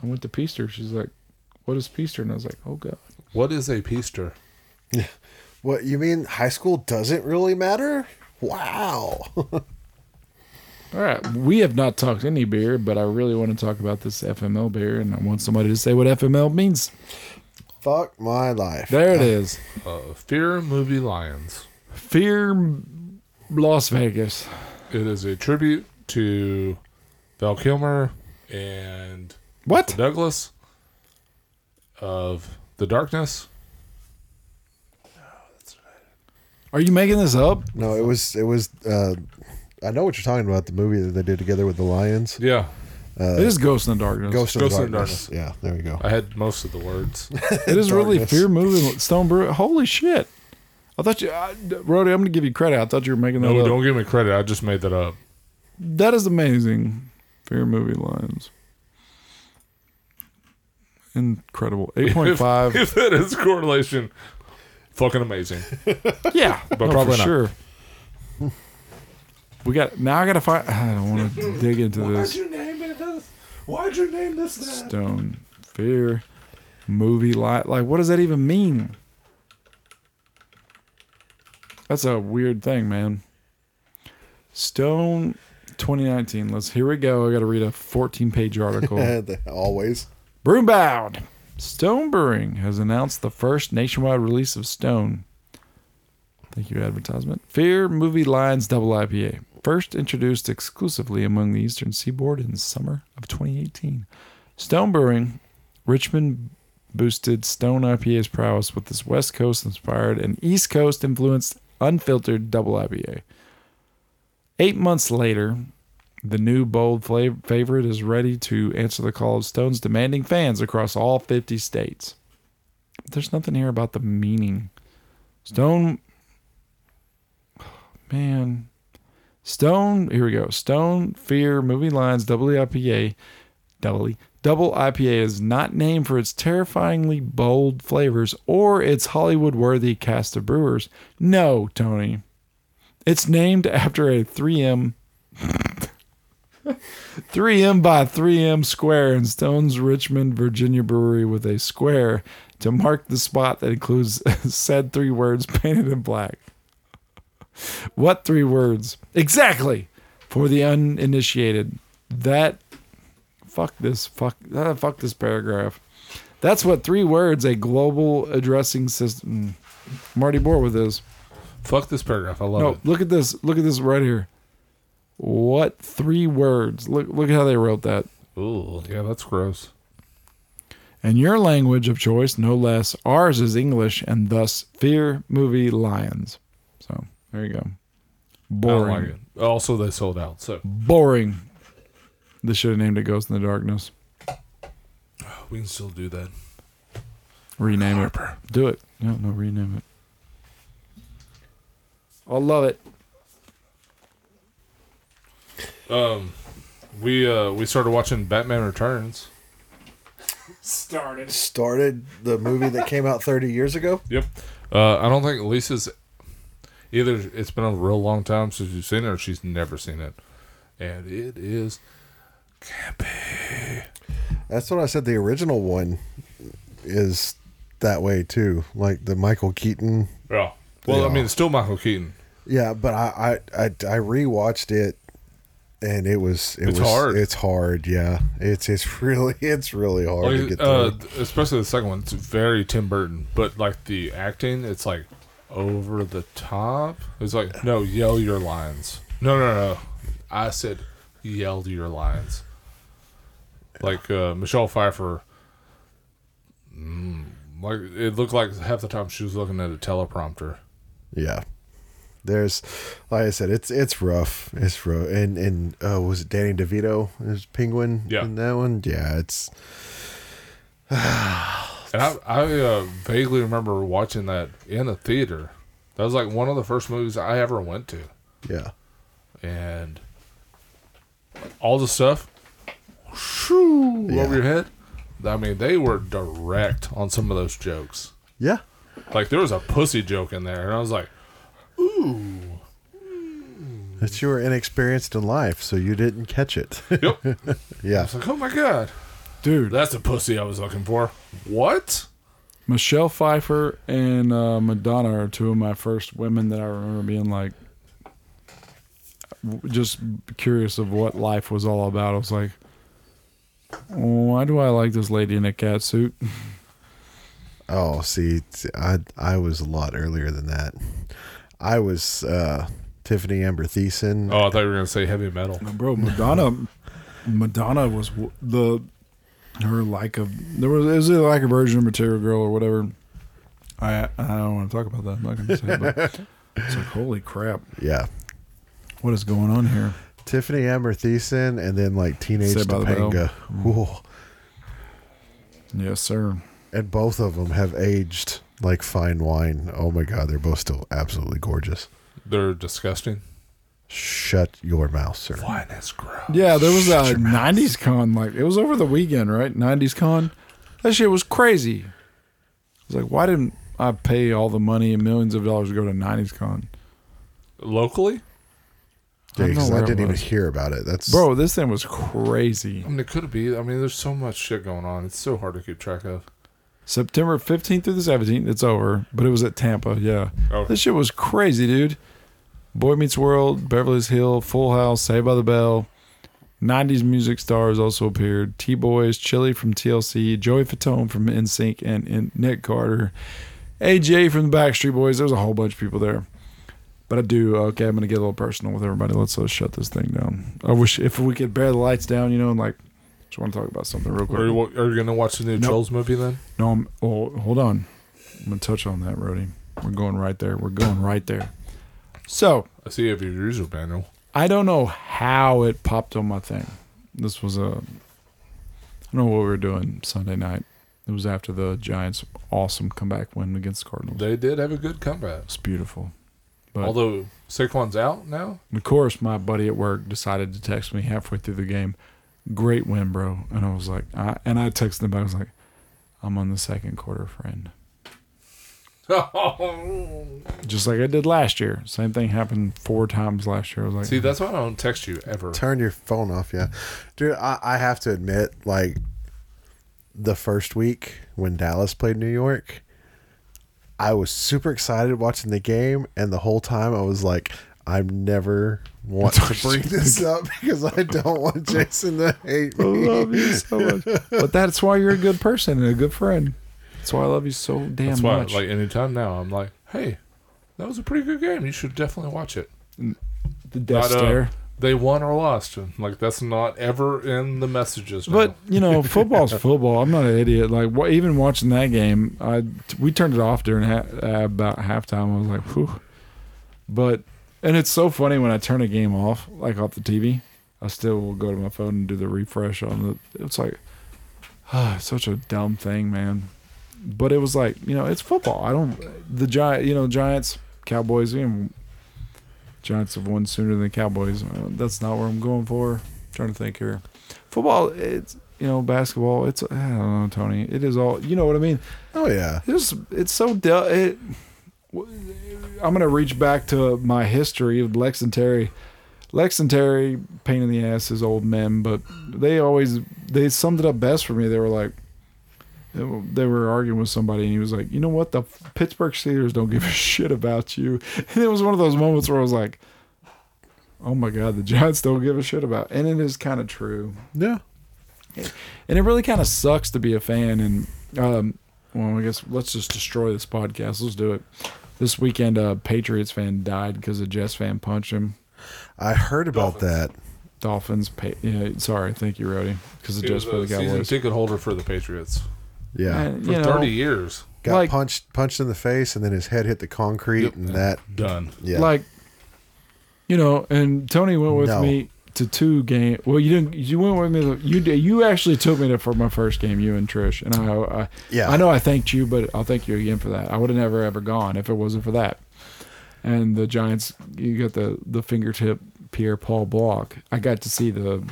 S2: I went to Peaster. She's like, "What is Peaster?" And I was like, "Oh God."
S3: What is a peaster?
S4: What you mean? High school doesn't really matter. Wow.
S2: All right, we have not talked any beer, but I really want to talk about this FML beer, and I want somebody to say what FML means.
S4: Fuck my life.
S2: There it is,
S3: Uh, Fear movie lions.
S2: Fear Las Vegas.
S3: It is a tribute to Val Kilmer and
S2: What?
S3: Douglas of The Darkness.
S2: Are you making this up?
S4: No, it was it was. Uh, I know what you're talking about. The movie that they did together with the lions.
S3: Yeah,
S2: it is Ghost in the Darkness.
S4: Uh, Ghost, in, the
S3: Ghost in the
S4: Darkness. Yeah, there we go.
S3: I had most of the words.
S2: it is really
S4: Darkness.
S2: Fear movie Stone Brew. Holy shit! I thought you, I, Roddy. I'm gonna give you credit. I thought you were making that
S3: No,
S2: up.
S3: don't give me credit. I just made that up.
S2: That is amazing. Fear movie lines. Incredible. Eight point five.
S3: If that is correlation, fucking amazing.
S2: Yeah, but
S3: probably
S2: for
S3: not.
S2: sure. We got now. I gotta find. I don't want to dig into this
S3: you name it this? Why'd you name this that?
S2: stone fear movie light. Like, what does that even mean? That's a weird thing, man. Stone, 2019. Let's here we go. I gotta read a 14 page article.
S4: Always.
S2: Broombound. Stone Brewing has announced the first nationwide release of Stone. Thank you, advertisement. Fear Movie Lines Double IPA. First introduced exclusively among the Eastern Seaboard in summer of 2018. Stone Brewing, Richmond boosted Stone IPA's prowess with this West Coast inspired and East Coast influenced unfiltered double IPA. Eight months later, the new bold fla- favorite is ready to answer the call of Stone's demanding fans across all 50 states. There's nothing here about the meaning. Stone. Man. Stone. Here we go. Stone, Fear, Movie Lines, Double E IPA. Doubly. Double IPA is not named for its terrifyingly bold flavors or its Hollywood worthy cast of brewers. No, Tony. It's named after a 3M 3M by 3M square in Stone's Richmond, Virginia brewery with a square to mark the spot that includes said three words painted in black. What three words? Exactly. For the uninitiated. That fuck this fuck ah, fuck this paragraph. That's what three words a global addressing system. I'm already bored with this.
S3: Fuck this paragraph. I love
S2: No,
S3: it.
S2: look at this. Look at this right here. What three words? Look look at how they wrote that.
S3: Ooh, yeah, that's gross.
S2: And your language of choice, no less. Ours is English, and thus fear movie lions. So there you go. Boring.
S3: I don't like it. Also, they sold out. So
S2: Boring. They should have named it Ghost in the Darkness.
S3: we can still do that.
S2: Rename it. Do it. No, no, rename it. I love it.
S3: We uh we started watching Batman Returns.
S5: Started.
S4: Started the movie that came out 30 years ago.
S3: Yep. Uh, I don't think Lisa's either. It's been a real long time since you've seen it, or she's never seen it, and it is
S4: That's what I said. The original one is that way too, like the Michael Keaton.
S3: yeah. Well, I
S4: Yeah.
S3: mean, it's still Michael Keaton.
S4: Yeah, but I I I, I rewatched it, and it was it
S3: It's
S4: was
S3: hard.
S4: It's hard. Yeah, it's it's really it's really hard to
S3: Like,
S4: get
S3: uh,
S4: through.
S3: th- especially the second one. It's very Tim Burton, but like the acting, it's like over the top. It's like no, yell your lines. No, no, no. I said yell your lines. Like uh, Michelle Pfeiffer. Mm, like it looked like half the time she was looking at a teleprompter.
S4: yeah. There's, like I said, it's it's rough. It's rough, and and uh, was it Danny DeVito as Penguin
S3: Yeah.
S4: in that one? Yeah, it's
S3: And I, I uh, vaguely remember watching that in a theater. That was like one of the first movies I ever went to.
S4: yeah,
S3: and all the stuff shoo, over your head. I mean, they were direct on some of those jokes.
S4: yeah.
S3: Like there was a pussy joke in there, and I was like,
S4: That you were inexperienced in life, so you didn't catch it.
S3: "Yep." I
S4: yeah,
S3: was like, "Oh my god,
S2: Dude,
S3: that's the pussy I was looking for." What?
S2: Michelle Pfeiffer and uh, Madonna are two of my first women that I remember being like, w- just curious of what life was all about. I was like, why do I like this lady in a cat suit?
S4: Oh, see, t- I I was a lot earlier than that. I was uh, Tiffany Amber Thiessen.
S3: Oh, I thought you were gonna say heavy metal.
S2: Bro, Madonna, Madonna was w- the her like a there was it was either like a version of Material Girl or whatever. I I don't want to talk about that. I'm not going to say it. But it's like holy crap,
S4: Yeah,
S2: what is going on here?
S4: Tiffany Amber Thiessen, and then like teenage
S2: Saved by the Bell.
S4: Topanga. Whoa.
S2: Yes, sir.
S4: And both of them have aged like fine wine. Oh my God, they're both still absolutely gorgeous.
S3: They're disgusting.
S4: Shut your mouth, sir.
S3: Wine is gross.
S2: Yeah, there was a '90s con. Like it was over the weekend, right? '90s con. That shit was crazy. It's like, why didn't I pay all the money and millions of dollars to go to '90s con?
S3: Locally,
S2: I
S4: Yeah,
S2: don't know
S4: 'cause I,
S2: where it
S4: didn't even
S2: was.
S4: hear about it. That's
S2: Bro, this thing was crazy.
S3: I mean, it could be. I mean, there's so much shit going on. It's so hard to keep track of.
S2: September 15th through the 17th. It's over, but it was at Tampa. Yeah.
S3: Oh.
S2: This shit was crazy, dude. Boy Meets World, Beverly's Hill, Full House, Saved by the Bell. 90s music stars also appeared. T Boys, Chili from TLC, Joey Fatone from NSYNC, and, and Nick Carter. AJ from the Backstreet Boys. There was a whole bunch of people there. But I do. Okay, I'm going to get a little personal with everybody. Let's, let's shut this thing down. I wish if we could bear the lights down, you know, and like, just want to talk about something real quick.
S3: Are you, are you gonna watch the new
S2: Nope.
S3: Trolls movie then?
S2: No, I'm, oh, hold on. I'm gonna touch on that, Rody. We're going right there. We're going right there. So
S3: I see you have your user manual.
S2: I don't know how it popped on my thing. This was a. I don't know what we were doing Sunday night. It was after the Giants' awesome comeback win against the Cardinals.
S3: They did have a good comeback.
S2: It's beautiful. But
S3: Although Saquon's out now,
S2: of course, my buddy at work decided to text me halfway through the game. Great win, bro. And I was like, I, and I texted him back. I was like, I'm on the second quarter, friend. Just like I did last year. Same thing happened four times last year. I was like,
S3: See, that's why I don't text you ever.
S4: Turn your phone off, yeah. Dude, I, I have to admit, like the first week when Dallas played New York, I was super excited watching the game, and the whole time I was like, I'm never want to bring this up because I don't want Jason to hate
S2: I
S4: me.
S2: love you so much. But that's why you're a good person and a good friend. That's why I love you so damn
S3: That's why,
S2: much.
S3: like, anytime now, I'm like, hey, that was a pretty good game. You should definitely watch it.
S2: the death
S3: Not, uh,
S2: stare.
S3: they won or lost. Like, that's not ever in the messages. now.
S2: But you know, football's football. I'm not an idiot. Like wha- even watching that game, I we turned it off during ha- uh, about halftime. I was like, whew. But and it's so funny when I turn a game off, like off the TV, I still will go to my phone and do the refresh on the. It's like, ah, it's such a dumb thing, man. But it was like you know, it's football. I don't the giant. You know, Giants, Cowboys. You know, Giants have won sooner than Cowboys. Uh, That's not where I'm going for. trying to think here football it's you know basketball it's i don't know tony it is all you know what i mean
S4: Oh yeah.
S2: it's it's so del- it i'm gonna reach back to my history of lex and terry lex and terry pain in the ass is old men but they always they summed it up best for me they were like they were arguing with somebody and he was like you know what the pittsburgh steelers don't give a shit about you and it was one of those moments where i was like oh my god the giants don't give a shit about and it is kind of true
S4: Yeah.
S2: and it really kind of sucks to be a fan. And um, well, I guess let's just destroy this podcast. Let's do it. This weekend, a Patriots fan died because a Jets fan punched him.
S4: I heard about that.
S2: Dolphins, pa- yeah, sorry, thank you, Rody, because the
S3: He was
S2: Jets
S3: a
S2: played the
S3: season
S2: Cowboys.
S3: ticket holder for the Patriots
S4: Yeah.
S2: And,
S3: for
S2: you know,
S3: 30 years.
S4: Got
S2: like-
S4: punched punched in the face and then his head hit the concrete
S3: Yep.
S4: and that
S3: Done.
S4: yeah.
S2: like you know and tony went with
S4: No.
S2: me to two game well you didn't you went with me to, you did- you actually took me to for my first game you and trish and i, I
S4: Yeah.
S2: i know i thanked you but i'll thank you again for that i would have never ever gone if it wasn't for that and the giants you got the the fingertip pierre paul block i got to see the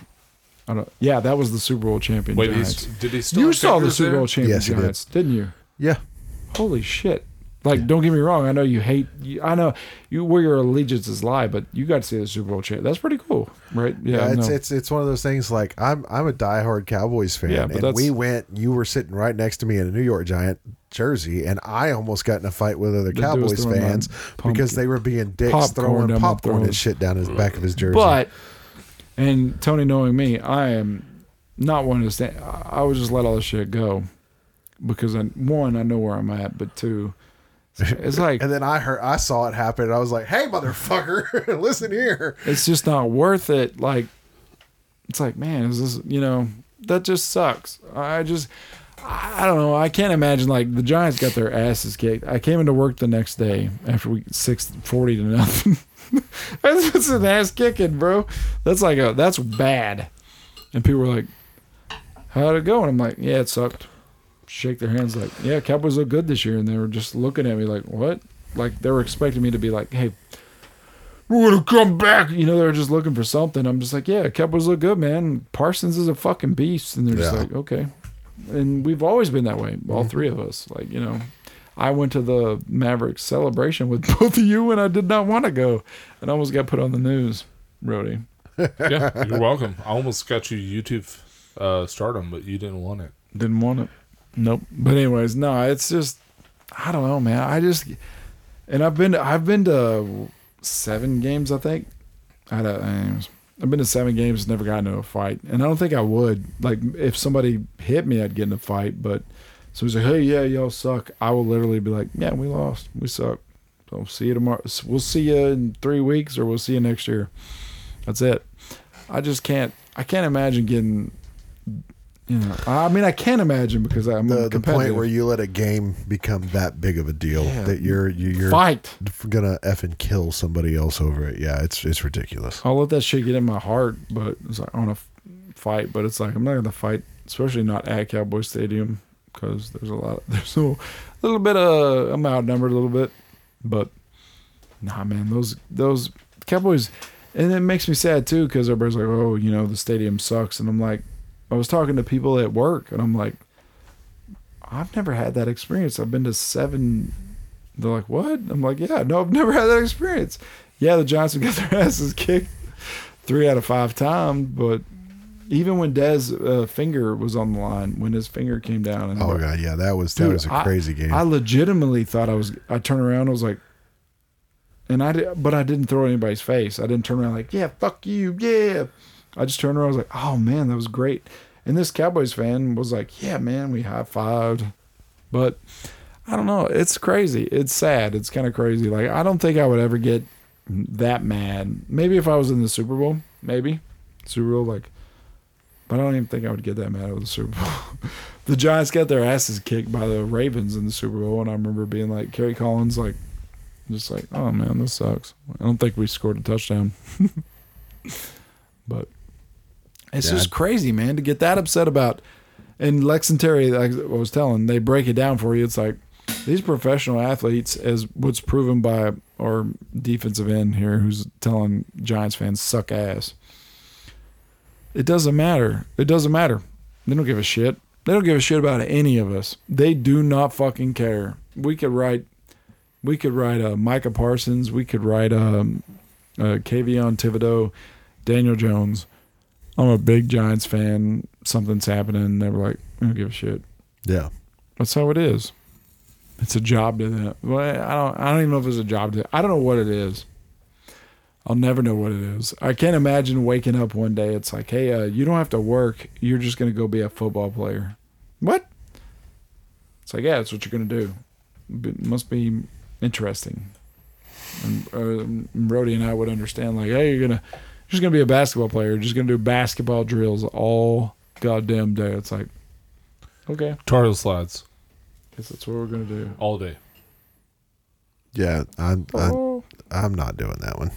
S2: i don't yeah that was the super bowl champion
S3: Wait,
S2: giants.
S3: he's, did he still
S2: you
S3: have
S2: saw the
S3: fingers
S2: super
S3: there?
S2: bowl champion
S4: Yes, he did.
S2: giants didn't you
S4: yeah.
S2: holy shit like don't get me wrong i know you hate you, i know you where your allegiances lie but you got to see the super bowl champ that's pretty cool right
S4: Yeah,
S2: yeah,
S4: Uh, it's
S2: no.
S4: it's it's one of those things. Like I'm I'm a diehard Cowboys fan,
S2: Yeah, but
S4: and
S2: that's-
S4: we went. You were sitting right next to me in a New York Giant jersey, and I almost got in a fight with other
S2: dude was
S4: Cowboys
S2: throwing that
S4: fans
S2: pumpkin-
S4: because they were being dicks,
S2: popcorn
S4: throwing
S2: down my
S4: popcorn
S2: throat.
S4: and shit down his back of his jersey.
S2: but and tony knowing me i am not one to stand i I would just let all this shit go because I, one i know where i'm at but two it's like
S4: and then I heard, I saw it happen, and I was like, "Hey, motherfucker, listen here."
S2: it's just not worth it. Like, it's like, man, is this, you know, that just sucks. I just, I don't know. I can't imagine like the Giants got their asses kicked. I came into work the next day after we six forty to nothing. that's, that's an ass kicking, bro. That's like a that's bad. And people were like, "How'd it go?" And I'm like, "Yeah, it sucked." Shake their hands like, "Yeah, Cowboys look good this year," and they were just looking at me like, "What?" Like they were expecting me to be like, "Hey, we're gonna come back. You know, they're just looking for something. I'm just like, yeah, Cowboys look good, man. Parsons is a fucking beast, and they're just
S4: Yeah.
S2: like, okay. And we've always been that way, all three of us. Like, you know, I went to the Mavericks celebration with both of you, and I did not want to go, and I almost got put on the news, Rody.
S3: yeah, you're welcome. I almost got you YouTube uh, stardom, but you didn't want it.
S2: Didn't want it. Nope. But anyways, no, it's just I don't know, man. I just and I've been I've been to seven games, I think. I don't, anyways. I've been to seven games, never gotten into a fight, and I don't think I would. Like if somebody hit me, I'd get in a fight. But so he's like, "Hey, yeah, y'all suck." I will literally be like, "Yeah, we lost. We suck." So see you tomorrow. We'll see you in three weeks, or we'll see you next year. That's it. I just can't. I can't imagine getting. You know, I mean, I can't imagine because I'm
S4: The, the
S2: competitive.
S4: point where you let a game become that big of a deal
S2: Yeah.
S4: that you're you, you're
S2: fight.
S4: gonna f and kill somebody else over it. Yeah, it's it's ridiculous.
S2: I'll let that shit get in my heart, but it's like I want to f- fight, but it's like I'm not gonna fight, especially not at Cowboy Stadium because there's a lot, there's a little bit of I'm outnumbered a little bit, but nah, man, those those Cowboys, and it makes me sad too because everybody's like, oh, you know, the stadium sucks, and I'm like, I was talking to people at work, and I'm like, I've never had that experience. I've been to seven They're like, what? I'm like, yeah, no, I've never had that experience. Yeah, the Johnson got their asses kicked three out of five times, but even when Dez's uh, finger was on the line, when his finger came down, and
S4: Oh god, yeah, that was that
S2: Dude,
S4: was a
S2: I-
S4: crazy game.
S2: I legitimately thought I was. I turned around. I was like, and I did, but I didn't throw it in anybody's face. I didn't turn around like, yeah, fuck you, yeah. I just turned around. I was like, oh man, that was great. And this Cowboys fan was like, yeah, man, we high fived. But I don't know. It's crazy. It's sad. It's kind of crazy. Like I don't think I would ever get that mad. Maybe if I was in the Super Bowl, maybe Super Bowl like. But I don't even think I would get that mad over the Super Bowl. the Giants got their asses kicked by the Ravens in the Super Bowl, and I remember being like, Kerry Collins, like, just like, oh man, this sucks. I don't think we scored a touchdown. but it's just crazy, man, to get that upset about. And Lex and Terry, like I was telling, they break it down for you. It's like these professional athletes, as what's proven by our defensive end here, who's telling Giants fans suck ass. It doesn't matter. It doesn't matter. They don't give a shit. They don't give a shit about any of us. They do not fucking care. We could write, we could write uh, Micah Parsons. We could write um, uh, Kavion Thibodeau, Daniel Jones. I'm a big Giants fan. Something's happening. And they were like, I don't give a shit.
S4: yeah.
S2: That's how it is. It's a job to them. Well, I don't. I don't even know if it's a job to. I don't know what it is. I'll never know what it is. I can't imagine waking up one day. It's like, hey, uh, you don't have to work. You're just gonna go be a football player. What? It's like, yeah, that's what you're gonna do. It must be interesting. And uh, Brody and I would understand, like, hey, you're gonna you're just gonna be a basketball player. You're just gonna do basketball drills all goddamn day. It's like, okay,
S3: Tartar slides
S2: guess that's what we're gonna do.
S3: all day.
S4: Yeah, I'm I'm,
S2: Oh.
S4: I'm not doing that one.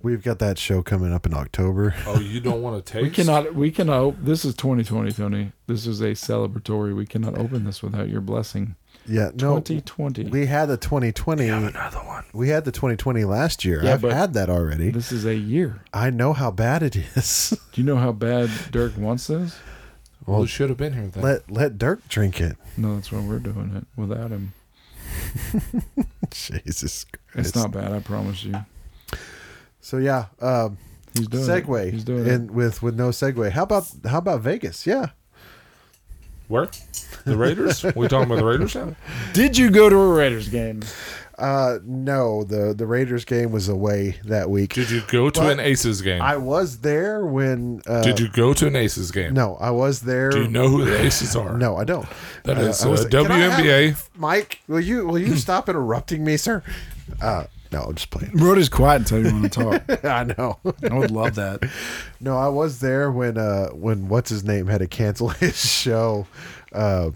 S4: We've got that show coming up in October.
S3: Oh, you don't want to taste?
S2: We cannot. We cannot. op- This is 2020, Tony. This is a celebratory. We cannot open this without your blessing.
S4: Yeah, no.
S2: 2020.
S4: We had the 2020. another one. We had the 2020 last year.
S2: Yeah,
S4: I've
S2: but-
S4: had that already.
S2: this is a year.
S4: I know how bad it is.
S2: Do you know how bad Dirk wants this?
S3: Well, it should have been here then.
S4: let let Dirk drink it.
S2: No, that's why we're doing it without him.
S4: Jesus Christ.
S2: It's, not bad. I promise you.
S4: So yeah, um,
S2: He's doing it.
S4: segue.
S2: He's doing
S4: and
S2: it.
S4: with with no segue. How about how about Vegas? Yeah.
S3: Where? The Raiders? we talking about the Raiders now?
S2: Did you go to a Raiders game?
S4: Uh, no, the the Raiders game was away that week.
S3: Did you go to
S4: But
S3: an Aces game?
S4: I was there when. Uh,
S3: Did you go to an Aces game?
S4: No, I was there.
S3: Do you know who the Aces are?
S4: No, I don't.
S3: That is,
S4: I was
S3: uh,
S4: "Can I have-
S3: WNBA."
S4: Mike, will you will you stop interrupting me, sir? Uh, no, I'm just playing.
S2: Brody's quiet until you want to talk.
S4: I know.
S2: I would love that.
S4: No, I was there when uh when what's his name had to cancel his show. Uh,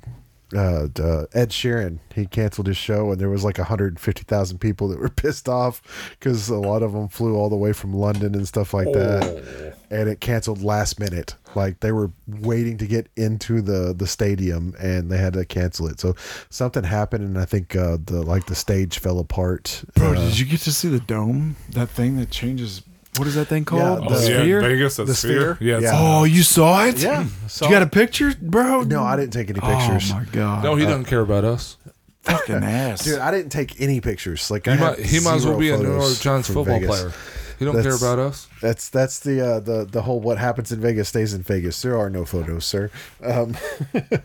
S4: uh, d- uh, Ed Sheeran he canceled his show and there was like 150,000 people that were pissed off because a lot of them flew all the way from London and stuff like
S3: Oh.
S4: that, and it canceled last minute. Like they were waiting to get into the the stadium and they had to cancel it. So something happened and I think uh, the like the stage fell apart.
S2: Bro,
S4: Uh,
S2: did you get to see the dome? That thing that changes. What is that thing called?
S4: Yeah,
S3: Oh,
S2: the
S4: the-
S3: yeah,
S2: sphere.
S3: Vegas, that's
S4: The
S3: sphere.
S4: sphere?
S3: Yeah. it's-
S4: Yeah.
S2: Oh, you saw it?
S4: Yeah,
S2: you
S4: saw
S2: got
S4: it.
S2: a picture, bro?
S4: no, I didn't take any pictures.
S2: Oh my god!
S3: No, he
S4: Uh,
S3: doesn't care about us.
S2: fucking ass.
S4: Dude, I didn't take any pictures. Like I
S3: He
S4: had
S3: might, he might as well
S4: zero
S3: be a New
S4: photos
S3: Orleans Giants
S4: from
S3: football
S4: Vegas.
S3: player. He don't
S4: That's-
S3: care about us.
S4: That's that's the uh, the the whole what happens in Vegas stays in Vegas. There are no photos, sir. Um,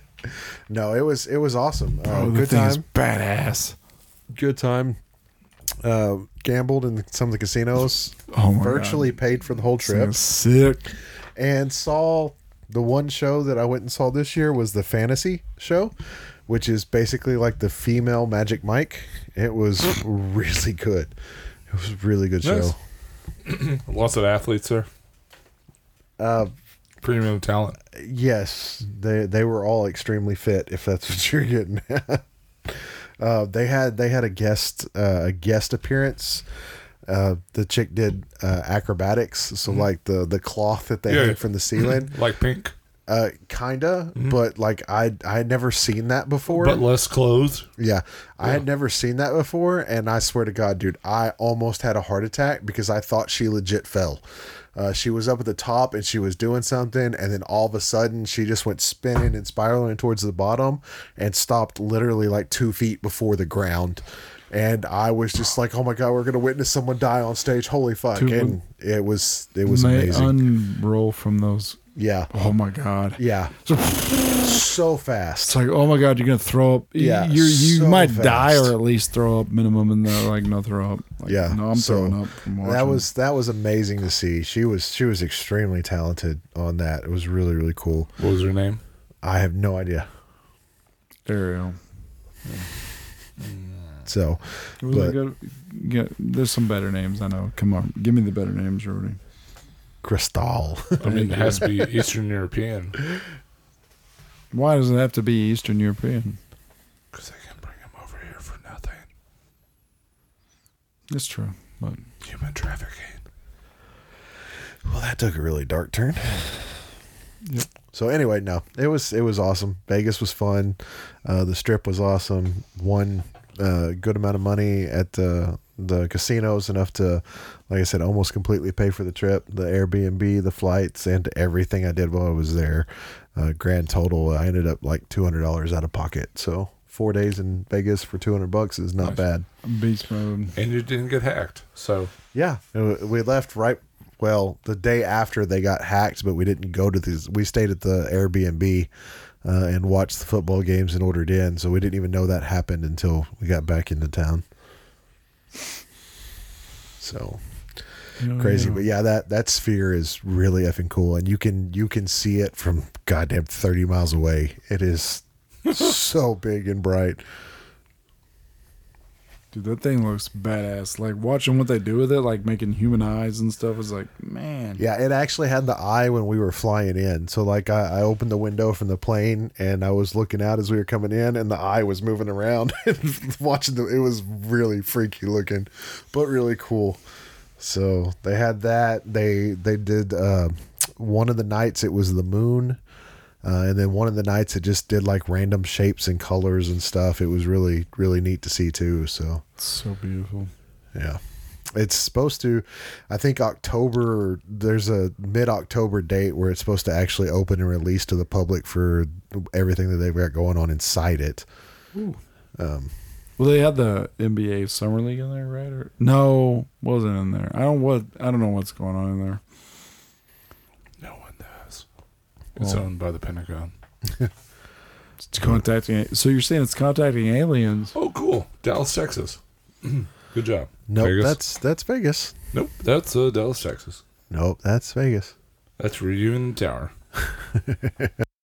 S4: no, it was it was awesome. Uh,
S2: oh, the
S4: good
S2: thing is
S4: time.
S2: badass.
S4: Good time. Uh, gambled in some of the casinos.
S2: Oh my
S4: virtually paid for the whole
S2: god,
S4: trip,
S2: That's sick.
S4: and saw the one show that I went and saw this year was the fantasy show, which is basically like the female Magic Mike. It was really good. It was a really good
S3: Nice.
S4: show.
S3: Lots of athletes there.
S4: Uh,
S3: Premium talent.
S4: Yes, they they were all extremely fit. If that's what you're getting, at. uh, they had they had a guest uh, a guest appearance. Uh, the chick did uh, acrobatics, so like the the cloth that they
S3: Mm-hmm. Yeah.
S4: hang from the ceiling,
S3: Like pink,
S4: uh, kinda. But like I I had never seen that before.
S3: Mm-hmm. but less clothes.
S4: Yeah, I had never seen that before, and I swear to God, dude, I almost had a heart attack because I thought she legit fell. Uh, she was up at the top and she was doing something, and then all of a sudden she just went spinning and spiraling towards the bottom and stopped literally like two feet before the ground. And I was just like, "Oh my god, we're gonna witness someone die on stage! Holy fuck!"
S2: Dude,
S4: and it was it was
S2: May
S4: amazing.
S2: unroll from those.
S4: yeah,
S2: Oh my god.
S4: yeah, so
S2: It's
S4: fast.
S2: like, oh my god, you're gonna throw up.
S4: Yeah,
S2: Yeah, you you
S4: so
S2: might die
S4: fast.
S2: or at least throw up minimum, and they're like, no throw up. Like,
S4: Yeah,
S2: no, I'm
S4: so
S2: throwing up. From
S4: That
S2: watching.
S4: was that was amazing to see. She was she was extremely talented on that. It was really really cool.
S3: What was her name?
S4: I have no idea.
S2: Ariel.
S4: So,
S2: It was
S4: but
S2: like a, yeah, there's some better names. I know. Come on, give me the better names, Rudy.
S4: Cristal.
S3: I mean, it has to be Eastern European.
S2: Why does it have to be Eastern European?
S3: Because I can bring him over here for nothing.
S2: That's true, but
S3: Human trafficking.
S4: well, that took a really dark turn.
S2: Yep.
S4: So anyway, no, it was it was awesome. Vegas was fun. Uh, the strip was awesome. Won uh, good amount of money at the the casinos, enough to, like I said, almost completely pay for the trip, the Airbnb, the flights, and everything I did while I was there. Uh, grand total, I ended up like two hundred dollars out of pocket. So four days in Vegas for two hundred bucks is not bad.
S2: beast mode.
S3: And you didn't get hacked. So
S4: Yeah, and we left right. Well, the day after they got hacked, but we didn't go to these. We stayed at the Airbnb uh, and watched the football games and ordered in. So we didn't even know that happened until we got back into town. So crazy, but yeah, that that sphere is really effing cool, and you can you can see it from goddamn thirty miles away. It is so big and bright.
S2: Dude, that thing looks badass. Like watching what they do with it, like making human eyes and stuff, is like, man.
S4: Yeah, it actually had the eye when we were flying in. So like I, I opened the window from the plane and I was looking out as we were coming in and the eye was moving around and watching the it was really freaky looking, but really cool. So they had that. They they did uh, one of the nights it was the moon. Uh, and then one of the nights it just did like random shapes and colors and stuff. It was really, really neat to see too. So
S2: It's so beautiful.
S4: yeah. It's supposed to, I think October, there's a mid October date where it's supposed to actually open and release to the public for everything that they've got going on inside it.
S2: Well, they had the NBA summer league in there, right? Or no, wasn't in there. I don't what I don't know what's going on in there.
S3: no one knows. It's
S2: Well-
S3: owned by the Pentagon.
S2: It's contacting. So you're saying it's contacting aliens?
S3: Oh, cool. Dallas, Texas. Good job.
S4: Nope,
S3: Vegas.
S4: that's that's Vegas.
S3: nope. That's uh, Dallas, Texas.
S4: Nope, that's Vegas.
S3: That's Reunion Tower.